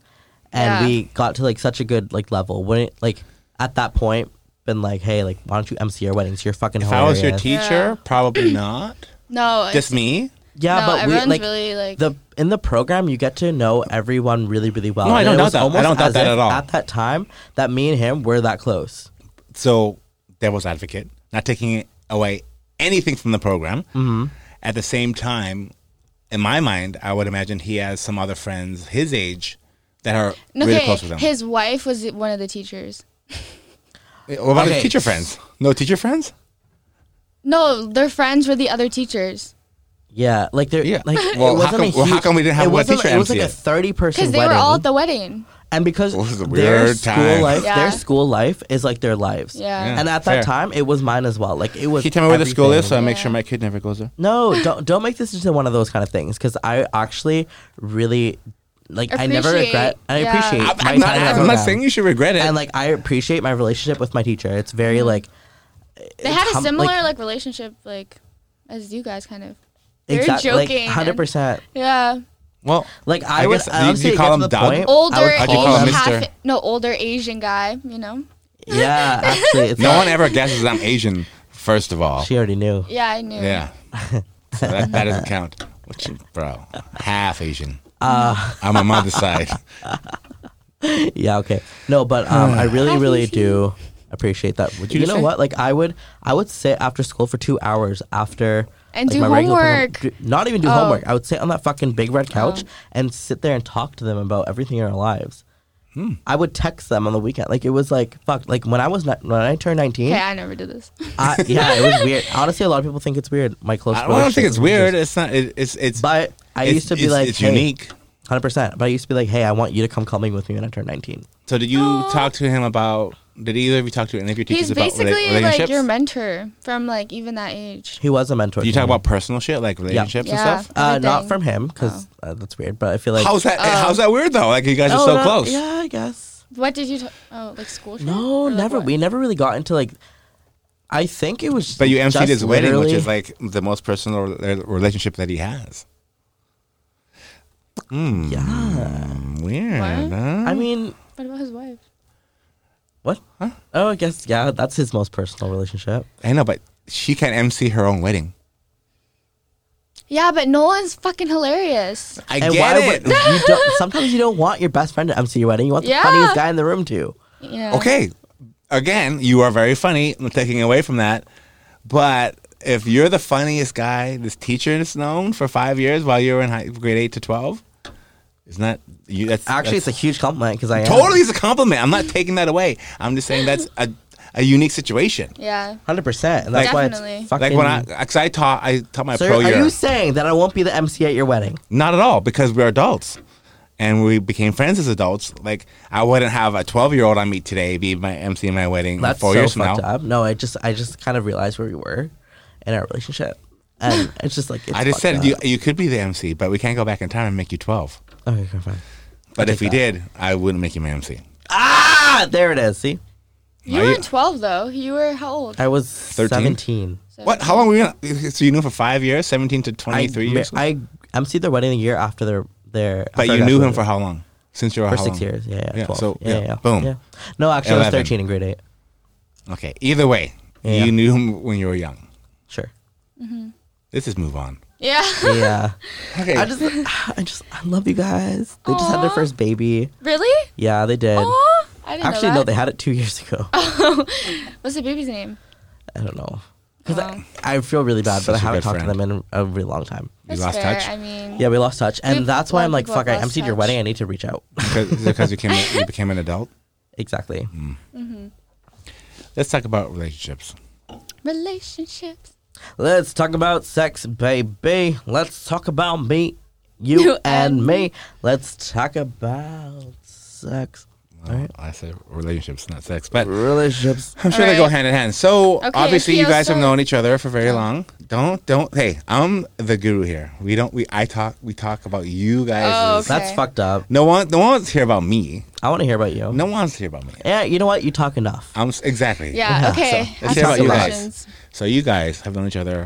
A: and
C: Yeah.
A: we got to like such a good like level. Wouldn't it, like at that point been like, hey, like why don't you MC your weddings? You're fucking.
B: if I was your
A: hilarious."
B: teacher,
C: Yeah.
B: probably not.
C: No,
B: Just me.
A: yeah,
C: no,
A: but we
C: everyone's
A: like
C: really like
A: the in the program you get to know everyone really really well.
B: No, I
A: And
B: don't
A: it
B: doubt
A: was
B: that. I
A: almost
B: don't doubt
A: as
B: that
A: if
B: at all.
A: At that time, that me and him were that close.
B: So devil's advocate, not taking away anything from the program. Mm-hmm. At the same time, in my mind, I would imagine he has some other friends his age that are really
C: okay.
B: close with him.
C: his wife was one of the teachers.
B: what about
A: Okay.
B: his teacher friends? No teacher friends?
C: No, their friends were the other teachers
A: Yeah, like there.
B: Yeah.
A: Like,
B: Well,
A: it
B: how
A: wasn't
B: come-
A: a
B: well, how
A: huge-
B: come we didn't have
A: it
B: one
A: wasn't-
B: teacher
A: It was like a
B: MC it?
A: thirty-person
C: because
A: wedding.
C: they were all at the wedding.
A: and because
B: It was a
A: their
B: weird
A: school
B: time.
A: life,
C: Yeah.
A: their school life is like their lives.
C: Yeah.
B: Yeah,
A: And at
B: fair.
A: that time, it was mine as well. Like it was.
B: Can you tell me where the school is so I
A: everything.
B: make
C: Yeah.
B: sure my kid never goes there?
A: no, don't don't make this into one of those kind of things because I actually really like I never
C: Appreciate,
A: regret. I
C: yeah.
A: appreciate
B: I'm,
A: my
B: I'm not,
A: time. in the
B: I'm not
A: program.
B: saying you should regret it.
A: And like I appreciate my relationship with my teacher. It's
C: Mm-hmm.
A: very like
C: They had a
A: hum-
C: similar
A: like-
C: like, relationship like as you guys kind of. They were
A: exactly
C: joking.
A: like hundred
C: and-
A: percent.
C: Yeah.
B: well,
A: Like I,
B: I
A: would
B: guess- do you- do you
A: honestly
B: call
A: get
B: him
A: to the
B: Doug?
A: point. I would
C: Older
B: How'd
A: call
B: you
A: him-
B: call him
C: Asian half
B: mister?
C: no older Asian guy, you know.
A: Yeah, actually, it's
B: no
A: like-
B: one ever guesses I'm Asian, first of all.
A: She already knew.
C: Yeah, I knew.
B: Yeah. so that, that doesn't count. What you, bro? Half Asian. on my mother's side.
A: Yeah, okay. No, but um, I really, really do appreciate that. Would you,
B: you
A: know
B: say-
A: what? Like, I would, I would sit after school for two hours after
C: And
A: like,
C: do
A: my regular program-
C: homework.
A: do- not even do
C: Oh.
A: homework. I would sit on that fucking big red couch and sit there and talk to them about everything in our lives.
B: Hmm.
A: I would text them on the weekend. Like it was like fuck. Like when I was ni- when I turned nineteen,
C: Okay, I never did this.
A: I, yeah, it was weird. Honestly, a lot of people think it's weird. My close.
B: I don't, I don't think it's
A: relationships-
B: weird. It's not. It, it's it's.
A: But I
B: it's-
A: used to be
B: it's-
A: like,
B: it's
A: hey,
B: unique.
A: hundred percent. But I used to be like, hey, I want you to come clubbing with me when I turn nineteen.
B: So did you talk to him about Did either of you talk to any of your teachers
C: He's
B: about rela-
C: basically like
B: relationships?
C: your mentor from like even that age.
A: He was a mentor.
B: Do you
A: to
B: talk
A: me.
B: about personal shit like relationships
C: Yeah.
B: and stuff?
A: Uh, not
C: everything?
A: from him because
C: Oh.
A: uh, that's weird. But I feel like
B: how's
C: Um,
B: that? how's that weird though? Like you guys are
A: Oh,
B: so
A: no,
B: close.
A: Yeah, I guess.
C: What did you? T- oh, like school? shit?
A: No,
C: Or, like,
A: never.
C: what?
A: We never really got into like. I think it was.
B: But you
A: just
B: emceed his wedding, which
A: literally-
B: is like the most personal re- relationship that he has. Mm,
A: Yeah.
B: weird.
C: What?
B: huh?
A: I mean,
C: What about his wife?
A: what? Oh, I guess yeah. That's his most personal relationship.
B: I know, but she can't MC her own wedding.
C: Yeah, but Nolan's fucking hilarious.
B: I
A: And
B: get
A: why
B: it.
A: would- you don't, sometimes you don't want your best friend to MC your wedding. You want the
C: Yeah.
A: funniest guy in the room to.
C: Yeah.
B: okay. Again, you are very funny. I'm taking away from that. But if you're the funniest guy this teacher is known for five years while you were in high, grade eight to twelve, isn't that you? That's
A: Actually,
B: that's,
A: it's a huge compliment because I am.
B: totally is a compliment. I'm not taking that away. I'm just saying that's a a unique situation.
C: Yeah.
A: hundred percent, and that's
C: Like-
A: why it's
C: Definitely.
A: fucking.
B: Like when I, cause I taught, I taught my
A: Sir,
B: pro
A: are
B: year.
A: you saying that I won't be the MC at your wedding?
B: Not at all, because we're adults, and we became friends as adults. Like I wouldn't have a 12 year old I meet today be my MC in my wedding
A: That's
B: four
A: so
B: years from now.
A: fucked up. No, I just I just kind of realized where we were in our relationship, and it's just like it's
B: I just
A: fucked
B: said you,
A: up.
B: you could be the MC, but we can't go back in time and make you 12.
A: Okay, okay, fine.
B: But
A: I
B: if we
A: take that.
B: did, I wouldn't make you my MC.
A: Ah, there it is. See,
C: You
B: Are you-
C: weren't 12 though. You were how old?
A: I was
B: 13?
A: seventeen.
C: So-
B: What? How long were you? In, so you knew him for five years, 17 to 23
A: I,
B: years.
A: I MC'd their wedding the year after their their.
B: but
A: after I
B: you knew him
A: graduated.
B: for how long? Since you were
A: for
B: how
A: six
B: long?
A: years. Yeah, yeah,
B: Yeah,
A: 12.
B: so,
A: yeah,
B: yeah,
A: yeah, yeah.
B: boom.
A: Yeah. No, actually, I was
B: 11.
A: thirteen in grade eight.
B: Okay. Either way,
A: Yeah.
B: you knew him when you were young.
A: Sure.
B: Let's just move on.
C: Yeah.
A: Yeah.
B: Okay.
A: I just, I just, I love you guys. They just had their
C: Aw.
A: first baby.
C: really?
A: Yeah, they did.
C: Oh, I didn't
A: Actually,
C: know
A: no,
C: that.
A: they had it two years ago.
C: What's the baby's name?
A: I don't know. 'Cause
C: Wow.
A: I, I feel really bad,
B: Such a
A: but I haven't
B: good
A: talked
B: friend.
A: to them in a really long time.
B: you
C: That's
B: lost
C: fair.
B: touch
C: I mean,
A: Yeah, we lost touch, and
C: We've-
A: that's why
C: well,
A: I'm like,
C: people have
A: fuck, I
C: lost
A: emceed your
C: touch.
A: wedding. I need to reach out.
B: because because you came you became an adult.
A: exactly.
B: Mm. Let's talk about relationships.
C: relationships.
A: Let's talk about sex, baby. Let's talk about me, you,
C: You
A: and
C: and
A: me. Let's talk about sex,
B: Well, I said relationships, not sex, but
A: relationships.
B: I'm sure they go
C: Alright.
B: hand in hand. So
C: Okay,
B: obviously,
C: okay,
B: you guys have
C: also-
B: known each other for very long. Don't don't. Hey, I'm the guru here. We don't. We I talk. We talk about you guys.
C: Oh, okay.
A: That's fucked up.
B: No one. No one wants to hear about me.
A: I want to hear about you.
B: No one wants to hear about me.
A: Yeah, you know what? You talk enough.
B: I'm s- exactly.
C: Yeah.
A: Yeah,
C: okay.
A: so-
B: Let's
C: Ask
B: hear about you guys.
C: questions.
B: So you guys have known each other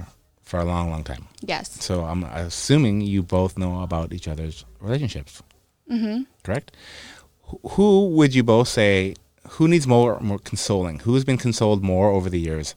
B: for a long, long time.
C: Yes.
B: So I'm assuming you both know about each other's relationships. Mm-hmm. Correct. Wh- Who would you both say? Who needs more more consoling? Who has been consoled more over the years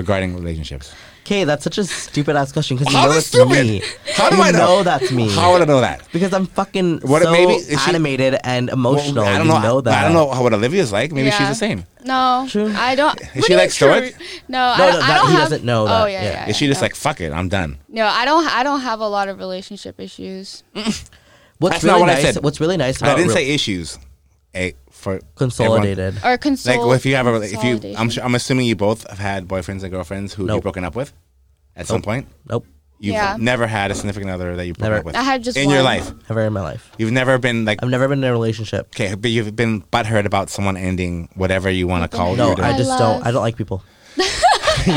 B: regarding relationships?
A: Okay, that's such a stupid ass question because you
B: How
A: know
B: is
A: it's
B: stupid?
A: me.
B: How do
A: you
B: I know?
A: that's me.
B: How would I know that?
A: because I'm fucking
B: What-
A: so
B: maybe- is she-
A: animated and emotional.
B: Well, I don't
A: you
B: know.
A: know, that.
B: I don't know how what Olivia's like. Maybe she's
C: Yeah.
B: the same.
C: No.
A: True.
C: I don't.
B: she
C: what do you
B: like stoic?
C: mean true? No. I
A: No,
C: don't,
A: no,
C: I
A: that-
C: don't
A: he
C: have-
A: doesn't know
C: Oh
A: that,
C: yeah.
A: yeah.
C: Yeah.
B: Is she just
C: yeah.
B: like fuck it? I'm done.
C: No, I don't. I don't have a lot of relationship issues.
A: What's
B: That's not
A: really
B: what I
A: nice,
B: said.
A: What's really nice about
B: I didn't
A: real-
B: say issues. A for
A: consolidated.
C: Or console.
B: Everyone. Like well, if you have a if you I'm
C: consolidation.
B: sure, I'm assuming you both have had boyfriends and girlfriends who you've
A: Nope.
B: broken up with at some point.
A: Nope,
B: You've
C: Yeah.
B: never had a significant other that you broke
A: Never.
B: up with.
C: I had just
B: in your
C: one.
B: life.
A: never in my life.
B: You've never been like
A: I've never been in a relationship.
B: okay, but you've been butthurt about someone ending whatever you want to call
C: Nothing.
B: your
A: No,
C: do.
A: I
B: relationship.
A: just
C: I
A: don't.
C: love-
A: I don't like people.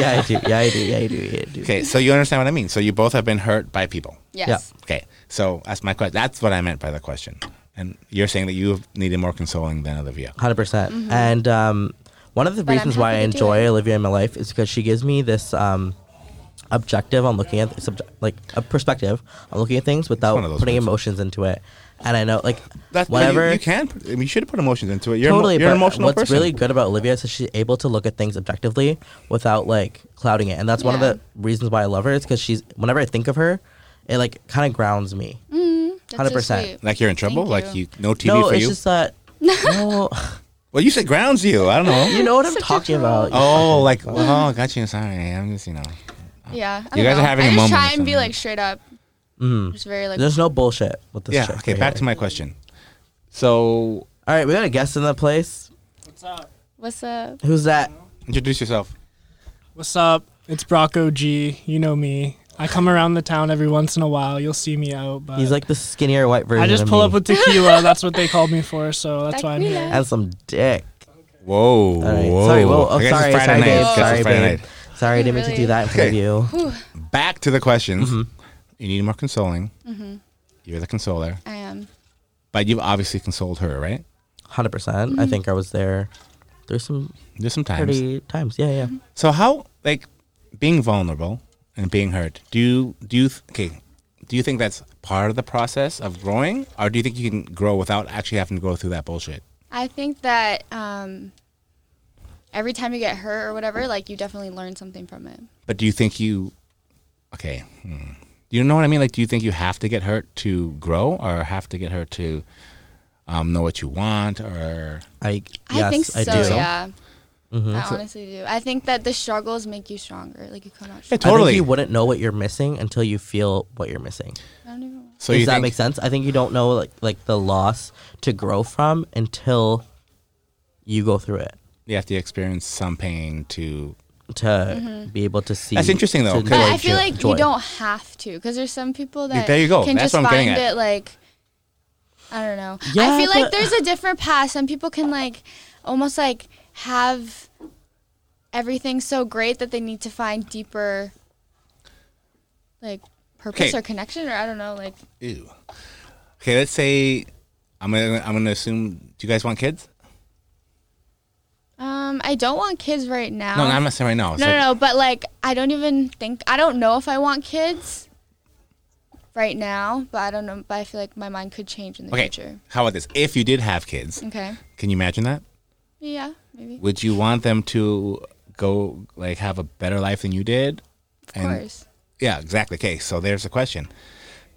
A: yeah, I do. Yeah, I do. Yeah, I do. Yeah, I do.
B: Okay, so you understand what I mean. So you both have been hurt by people.
C: yes.
B: Okay, so that's my question. That's what I meant by the question. And you're saying that you needed more consoling than Olivia.
A: Hundred percent. And um, one of the
C: Mm-hmm. I'm
A: reasons why I
C: happy to do
A: enjoy
C: it.
A: Olivia in my life is because she gives me this um, objective on looking at subject, like a perspective on looking at things without
B: one of those
A: putting
B: words.
A: emotions into it. And I know, like,
B: That's
A: whatever.
B: You, you can. put- You should put emotions into it. You're, emo-
A: totally.
B: you're an
A: but
B: emotional
A: what's
B: person.
A: really good about Olivia is that she's able to look at things objectively without like clouding it, and that's one of
C: Yeah.
A: the reasons why I love her. Is because she's whenever I think of her, it like kind of grounds me.
B: Mm.
C: That's so
A: 100%.
C: sweet.
B: like you're in trouble.
C: Thank
B: Like
C: you.
B: you, no TV
A: no,
B: for
A: it's
B: you.
A: just that. no,
B: well, you said grounds you. I don't know.
A: you know what I'm
C: Such a
A: talking
C: troll.
A: about.
B: oh, like oh, got you. Sorry, I'm just you know.
C: Yeah. I
B: You
C: don't
B: guys are
C: know.
B: having
C: I
B: a moment
C: just
B: Mm-hmm.
C: try
B: or
C: and be
B: something.
C: like straight up. Mm. Just very like.
A: There's no bullshit with this.
B: Yeah.
A: chick
B: Okay.
A: right
B: Back
A: here.
B: to my question. So
A: All right, we got a guest in the place.
C: What's up?
A: Who's that?
B: introduce yourself.
D: What's up? It's Brocco G. You know me. I come around the town every once in a while. You'll see me out, but
A: He's like the skinnier white version.
D: I just
A: of
D: pull
A: me.
D: up with tequila. That's what they called me for, so that's why I'm here.
C: Tequila.
A: and some dick.
B: Whoa.
A: All right.
B: Whoa.
A: Sorry. Well,
B: I
A: oh,
B: guess it's
A: sorry.
B: Friday
A: Sorry,
B: night.
A: babe.
B: I guess
A: Sorry,
B: it's Friday
A: babe.
B: night.
A: Sorry, I didn't mean to
C: Really?
A: do that in front of
B: Okay.
A: you.
B: Back to the questions.
A: Mm-hmm.
B: You need more consoling. You're the consoler.
C: I am.
B: But you've obviously consoled her, right?
A: Hundred percent. I
C: Mm-hmm.
A: think I was there. There's some
B: There's some times.
A: pretty times. Yeah,
C: Mm-hmm.
A: yeah.
B: So how like being vulnerable and being hurt? Do you do you th- okay? Do you think that's part of the process of growing, or do you think you can grow without actually having to go through that bullshit?
C: I think that um, every time you get hurt or whatever, like you definitely learn something from it.
B: But do you think you okay? Hmm. Do you know what I mean? Like, do you think you have to get hurt to grow, or have to get hurt to um, know what you want, or
A: I
C: I
A: yes,
C: think so.
A: I do.
C: Yeah.
B: Mm-hmm.
C: I honestly do. I think that the struggles make you stronger. Like you come out.
B: Yeah,
C: Stronger.
A: I think
B: totally?
A: you wouldn't know what you're missing until you feel what you're missing.
C: I don't even.
B: so
A: Does
B: you
A: that
B: think
A: make sense? I think you don't know like like the loss to grow from until you go through it
B: you have to experience some pain to?
A: to be able to see.
B: That's interesting, though,
A: to
B: 'cause-
C: Mm-hmm. But
A: enjoy
C: I feel
A: jo-
C: like
A: joy.
C: you don't have to, because there's some people that
B: There you go.
C: can
B: That's
C: just
B: what I'm getting
C: find
B: at.
C: it like. I don't know.
A: Yeah,
C: I feel
A: but-
C: like there's a different path. Some people can like almost like have everything so great that they need to find deeper, like purpose
B: Okay.
C: or connection, or I don't know, like
B: Ew. Okay, let's say I'm gonna I'm gonna assume. Do you guys want kids?
C: Um, I don't want kids right now.
B: No, no, I'm not saying right now. It's
C: Um, no,
B: like-
C: no, no, but like I don't even think I don't know if I want kids right now, but I don't know. But I feel like my mind could change in the
B: Okay.
C: future.
B: How about this? If you did have kids,
C: Okay.
B: can you imagine that?
C: Yeah, maybe.
B: Would you want them to go like have a better life than you did? Of
C: Of course.
B: Yeah, exactly. Okay, so there's the question.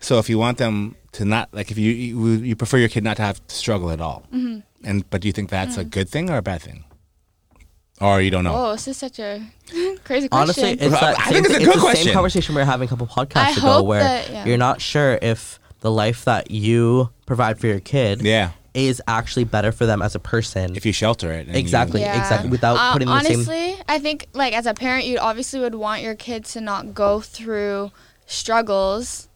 B: So if you want them to not like if you you, you prefer your kid not to have to struggle at all, mm-hmm. and but do you think that's a good thing or a bad thing? Or you don't know?
C: Oh, this is such a crazy question.
A: Honestly, it's
B: I
A: that
B: think
A: same,
B: it's a
A: it's
B: good
A: the
B: question.
A: same conversation we were having a couple podcasts
C: I
A: ago,
C: hope
A: where
C: that- yeah.
A: you're not sure if the life that you provide for your kid
B: Yeah.
A: is actually better for them as a person.
B: If you shelter it, and you-
A: Exactly. exactly, without putting them in the
C: Uh, honestly,
A: same-
C: I think like as a parent, you obviously would want your kids to not go through struggles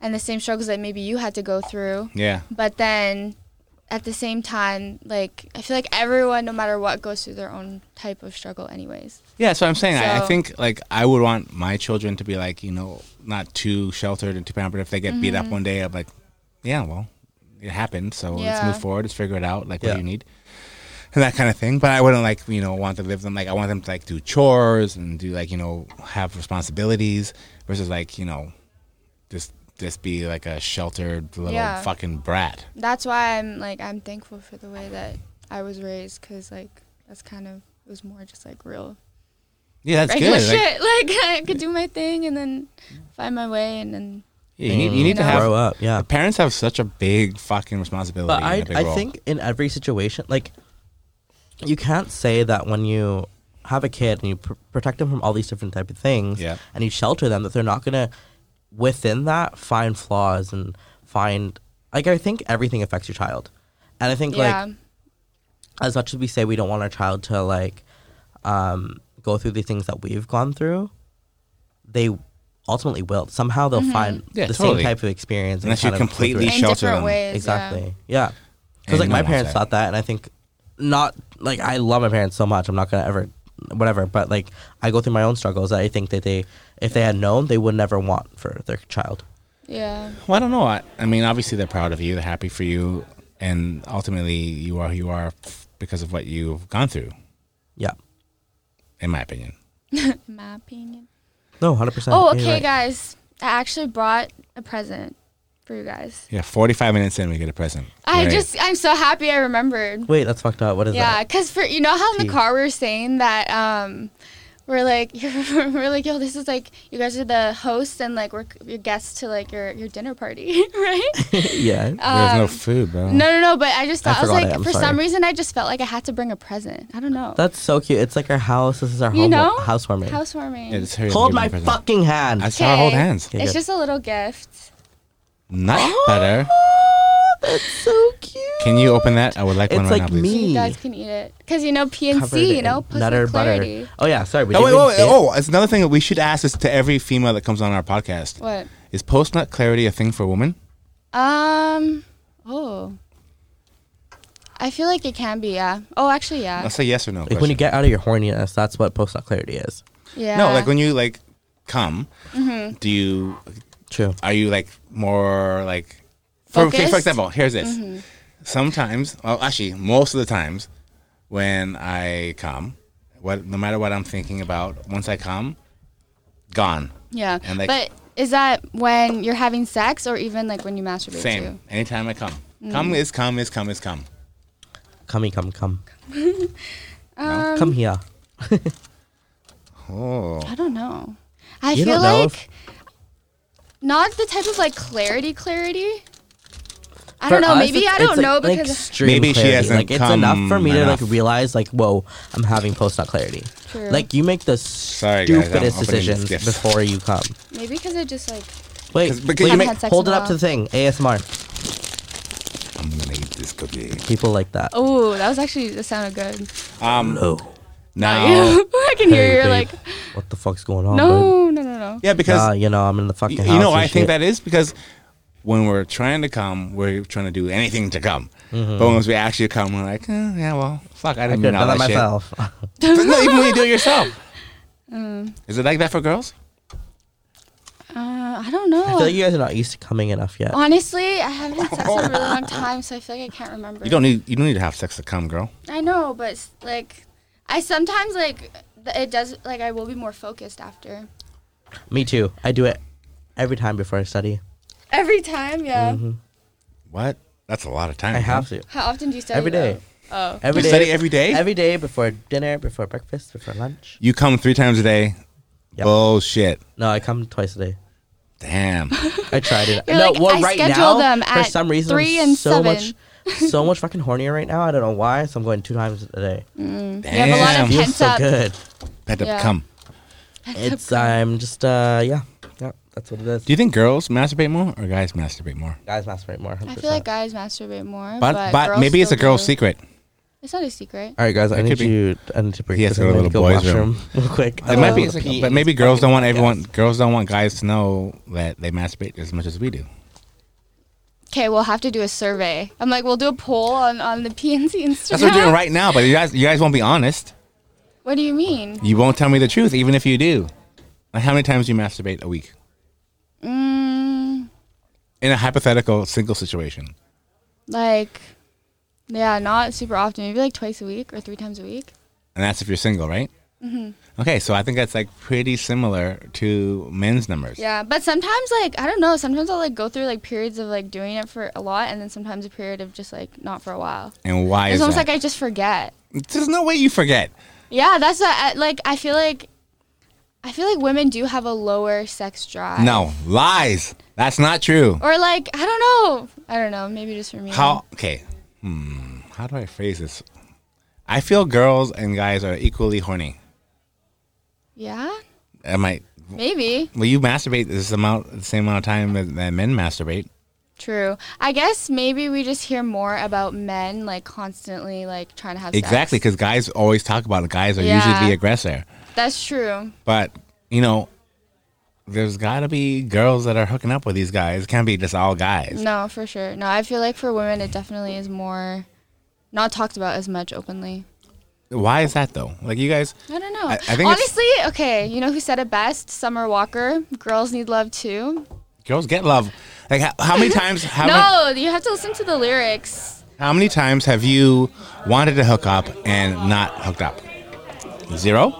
C: and the same struggles that maybe you had to go through.
B: yeah.
C: but then at the same time like i feel like everyone no matter what goes through their own type of struggle anyways
B: Yeah, so I'm saying I, I
C: So-
B: think like I would want my children to be like you know not too sheltered and too pampered. If they get beat up
C: Mm-hmm.
B: one day, I'm like, yeah, well, it happened. So let's
C: Yeah.
B: move forward. Let's figure it out. Like what
A: Yeah.
B: do you need and that kind of thing. But I wouldn't like you know want to live them like I want them to like do chores and do like you know have responsibilities versus like you know just just be like a sheltered little
C: Yeah.
B: fucking brat.
C: that's why i'm like i'm thankful for the way that i was raised because like that's kind of it was more just like real
B: Yeah, that's
C: regular
B: good. Like,
C: shit like, i could do my thing and then find my way and then
B: yeah, you need, you need to
C: know.
B: have
A: grow up. Yeah.
B: parents have such a big fucking responsibility.
A: But
B: and
A: I,
B: a big
A: I
B: role.
A: think in every situation, like, you can't say that when you have a kid and you pr- protect them from all these different type of things,
B: Yeah.
A: and you shelter them, that they're not gonna, within that, find flaws and find like I think everything affects your child, and I think
C: yeah
A: like as much as we say we don't want our child to like, um, go through the things that we've gone through, they ultimately will. Somehow
C: Mm-hmm.
A: they'll find
B: Yeah,
A: the
B: totally.
A: same type of experience and
B: Unless you
A: kind of go through
B: completely
A: it.
C: in
B: shelter
C: different
B: them.
C: ways
A: Exactly. Yeah.
B: And
A: Because like
B: no
A: my
B: one wants
A: parents
B: that.
A: thought that, and I think not like I love my parents so much. I'm not gonna ever whatever. But like I go through my own struggles. That I think that they, if they had known, they would never want for their child.
C: yeah yeah
B: Well, I don't know. I, I mean, obviously they're proud of you. They're happy for you, and ultimately you are who you are because of what you've gone through.
A: Yeah.
B: In my opinion,
C: in my opinion
A: No, hundred percent.
C: oh okay guys i actually brought a present for you guys
B: yeah. Forty-five minutes in, we get a present.
C: i
B: Right.
C: just i'm so happy i remembered
A: Wait, that's fucked up. What is
C: Yeah,
A: that?
C: because for you know how in
A: Tea.
C: the car we were saying that um, we're like we're like yo, this is like you guys are the hosts and like we're c- your guests to like your your dinner party, right?
A: yeah.
B: there's no
C: um,
B: food, bro.
C: no, no, no. But I just
A: I
C: thought I, was
A: forgot
C: like
A: it, I'm
C: for
A: sorry.
C: some reason I just felt like I had to bring a present. I don't know.
A: That's so cute. It's like our house. This is our
C: You
A: home
C: know?
A: housewarming.
C: housewarming.
B: Yeah, just hurry up and
A: Hold
B: give me
A: my
B: the present.
A: fucking hand.
B: I saw her hold hands.
A: Okay,
C: It's
A: good.
C: just a little gift.
B: Not
C: Oh.
B: better.
A: that's so cute.
B: Can you open that? I would like one
A: It's
B: right
A: like
B: now, please.
A: me.
C: You guys can eat it because you know
A: Covered
C: PNC. You
A: in
C: know, puts
A: nutter
C: clarity.
A: butter. Oh yeah, sorry. we
B: Oh wait,
A: didn't
B: wait,
A: even
B: wait,
A: say it.
B: oh! It's another thing that we should ask this to every female that comes on our podcast:
C: What?
B: Is post nut clarity a thing for women?
C: Um. Oh. Um, I feel like it can be, yeah. Oh, actually, yeah.
B: I'll say yes or no.
A: Like when you
B: question.
A: get out of your horniness, that's what post nut clarity is.
C: Yeah.
B: no, like when you like come,
C: Mm-hmm.
B: do you
A: True.
B: are you like more like for, okay, for
C: Focused? Mm-hmm.
B: example here's this sometimes well actually most of the times when i come what no matter what i'm thinking about once i come gone
C: Yeah.
B: And, like-
C: but is that when you're having sex or even like when you masturbate
B: same
C: too? Mm.
B: anytime i come come is come is come is come
A: Come, come, come.
B: No?
C: Um,
A: come here.
B: oh
C: I don't know. I
A: You
C: feel
A: don't know
C: like
A: if-
C: not the type of like clarity clarity. I don't
A: For
C: know.
A: us,
C: Maybe
A: it's-
C: I don't
A: it's, like,
C: know
A: an
C: because
A: extreme
B: Maybe she
A: clarity.
B: hasn't
A: like it's enough for
B: come
A: me to
B: enough.
A: like realize like whoa, I'm having post nut clarity.
C: True.
A: Like you make the
B: guys, I'm
A: stupidest
B: opening these
A: decisions
B: gifts.
A: before you come.
C: maybe because I just like
A: Wait,
B: 'Cause- because
A: wait,
B: you
A: wait,
B: make-
A: hold it
C: I've
A: up
C: had
A: to the
C: sex
A: thing. ASMR.
B: i'm gonna eat this cookie
A: People like that.
C: oh that was actually that sounded good.
B: um
A: Hello.
B: now
C: I can hear
A: Hey,
C: you're
A: babe.
C: like
A: what the fuck's going on? bud?
C: no no no no.
B: yeah because
A: Nah, you know I'm in the
B: Y-
A: fucking house.
B: you know
A: and
B: i think
A: shit.
B: that is because when we're trying to come we're trying to do anything to come but once we actually come we're like eh, yeah well fuck i
A: I
B: didn't
A: could have
B: know
A: done
B: that
A: that
B: shit.
A: myself.
B: But no even when you do it yourself
C: Mm.
B: is it like that for girls
C: Uh, I don't know.
A: I feel like you guys are not used to coming enough
C: Oh.
A: yet.
C: Honestly, I haven't had sex in a really long time, so I feel like I can't remember.
B: you don't need you don't need to have sex to come girl
C: I know, but s- like, I sometimes like th- it does. Like, I will be more focused after
A: Me too. I do it every time before I study.
C: every time. Yeah.
B: Mm-hmm. what that's a lot of time
A: I
B: huh?
A: have to.
C: How often do you study?
A: Every day.
C: though? Oh.
A: Every
B: you
A: day.
B: study every day
A: Every day before dinner, before breakfast, before lunch.
B: you come three times a day
A: Yep.
B: bullshit
A: No, I come twice a day.
B: damn
A: I tried it.
C: You're
A: no,
C: like,
A: well,
C: I
A: right
C: schedule
A: now,
C: them
A: for
C: at
A: some reason,
C: three
A: I'm
C: and
A: so
C: seven.
A: much, so much fucking hornier right now. I don't know why. So I'm going two times a day.
B: damn
C: have a lot of
A: Feels
C: Pent
A: so
C: up.
A: good.
B: Pent up
C: Yeah.
B: come
A: It's I'm just uh yeah yeah that's what it is.
B: do you think girls masturbate more or guys masturbate more
A: Guys masturbate more. 100%.
C: I feel like guys masturbate more,
B: but
C: but,
B: but, maybe it's a
C: girl
B: girl's secret
C: It's not a secret.
A: All right, guys. I
B: It
A: need
B: could be.
A: you. I need to break.
B: He has
A: this.
B: to
A: I'm
B: go to
A: gonna
B: the boys' room.
A: real quick.
B: It might be,
A: Otherwise I'll
B: but
A: pee.
B: maybe girls don't want everyone.
A: Yes.
B: Girls don't want guys to know that they masturbate as much as we do.
C: Okay, we'll have to do a survey. I'm like, we'll do a poll on on the PNC Instagram.
B: That's what we're doing right now. But you guys, you guys won't be honest.
C: What do you mean?
B: You won't tell me the truth, even if you do. Like how many times do you masturbate a week
C: Mm,
B: in a hypothetical single situation?
C: like, yeah, not super often. Maybe like twice a week or three times a week.
B: And that's if you're single, right?
C: Mm-hmm.
B: Okay, so I think that's like pretty similar to men's numbers.
C: Yeah, but sometimes like I don't know. Sometimes I'll like go through like periods of like doing it for a lot, and then sometimes a period of just like not for a while.
B: And why
C: It's
B: is
C: almost
B: that?
C: like I just forget.
B: There's no way you forget.
C: Yeah, that's what I, like I feel like. I feel like women do have a lower sex drive.
B: No lies. That's not true.
C: Or like I don't know. I don't know. Maybe just for me.
B: How? Okay. Hmm. How do I phrase this? I feel girls and guys are equally horny.
C: Yeah.
B: Am I?
C: Maybe.
B: Well, you masturbate this amount, the same amount of time that, that men masturbate.
C: True. I guess maybe we just hear more about men like constantly like trying to have
B: Exactly,
C: sex.
B: because guys always talk about it. Guys are
C: Yeah.
B: usually the aggressor,
C: That's true.
B: but you know, there's got to be girls that are hooking up with these guys. It can't be just all guys.
C: No, for sure. No, I feel like for women it definitely is more not talked about as much openly.
B: Why is that though? Like you guys,
C: I don't know.
B: I- I think it's-
C: Honestly, okay, you know who said it best? Summer Walker. Girls need love too.
B: girls get love. Like how, how many times? How, many,
C: no, you have to listen to the lyrics.
B: how many times have you wanted to hook up and not hooked up? Zero.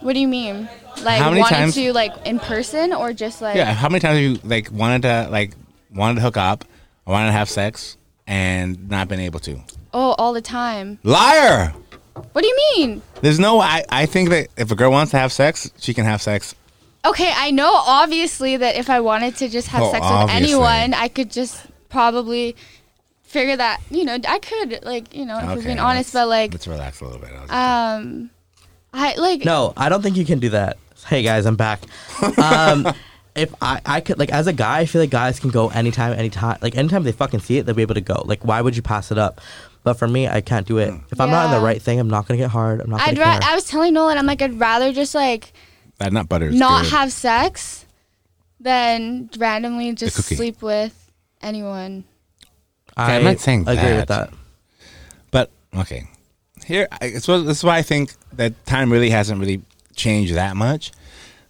C: What do you mean? Like
B: How many
C: wanting
B: times-
C: to like in person or just like
B: Yeah. How many times have you like wanted to like wanted to hook up, wanted to have sex, and not been able to?
C: oh all the time.
B: Liar.
C: What do you mean?
B: There's no. I, I think that if a girl wants to have sex, she can have sex.
C: Okay, I know obviously that if I wanted to just have
B: Oh,
C: sex
B: obviously.
C: with anyone, I could just probably figure that, you know, I could like, you know, if we're being honest,
B: let's-
C: but like
B: let's relax a little bit. I was-
C: um I like
A: No, I don't think you can do that. Hey guys, I'm back. Um, if I, I could like as a guy, I feel like guys can go anytime, anytime. Like anytime they fucking see it, they'll be able to go. Like why would you pass it up? But for me, I can't do it. If I'm not in the
C: Yeah.
A: right thing, I'm not gonna get hard. I'm not gonna
C: I'd
A: care.
C: ra- I was telling Nolan, I'm like, I'd rather just like
B: that nut butter is
C: not
B: good.
C: have sex than randomly just
B: cookie.
C: sleep with anyone.
B: I'm not saying
A: agree
B: that.
A: with that.
B: But Okay. Here, I, it's what, this is why I think that time really hasn't really changed that much.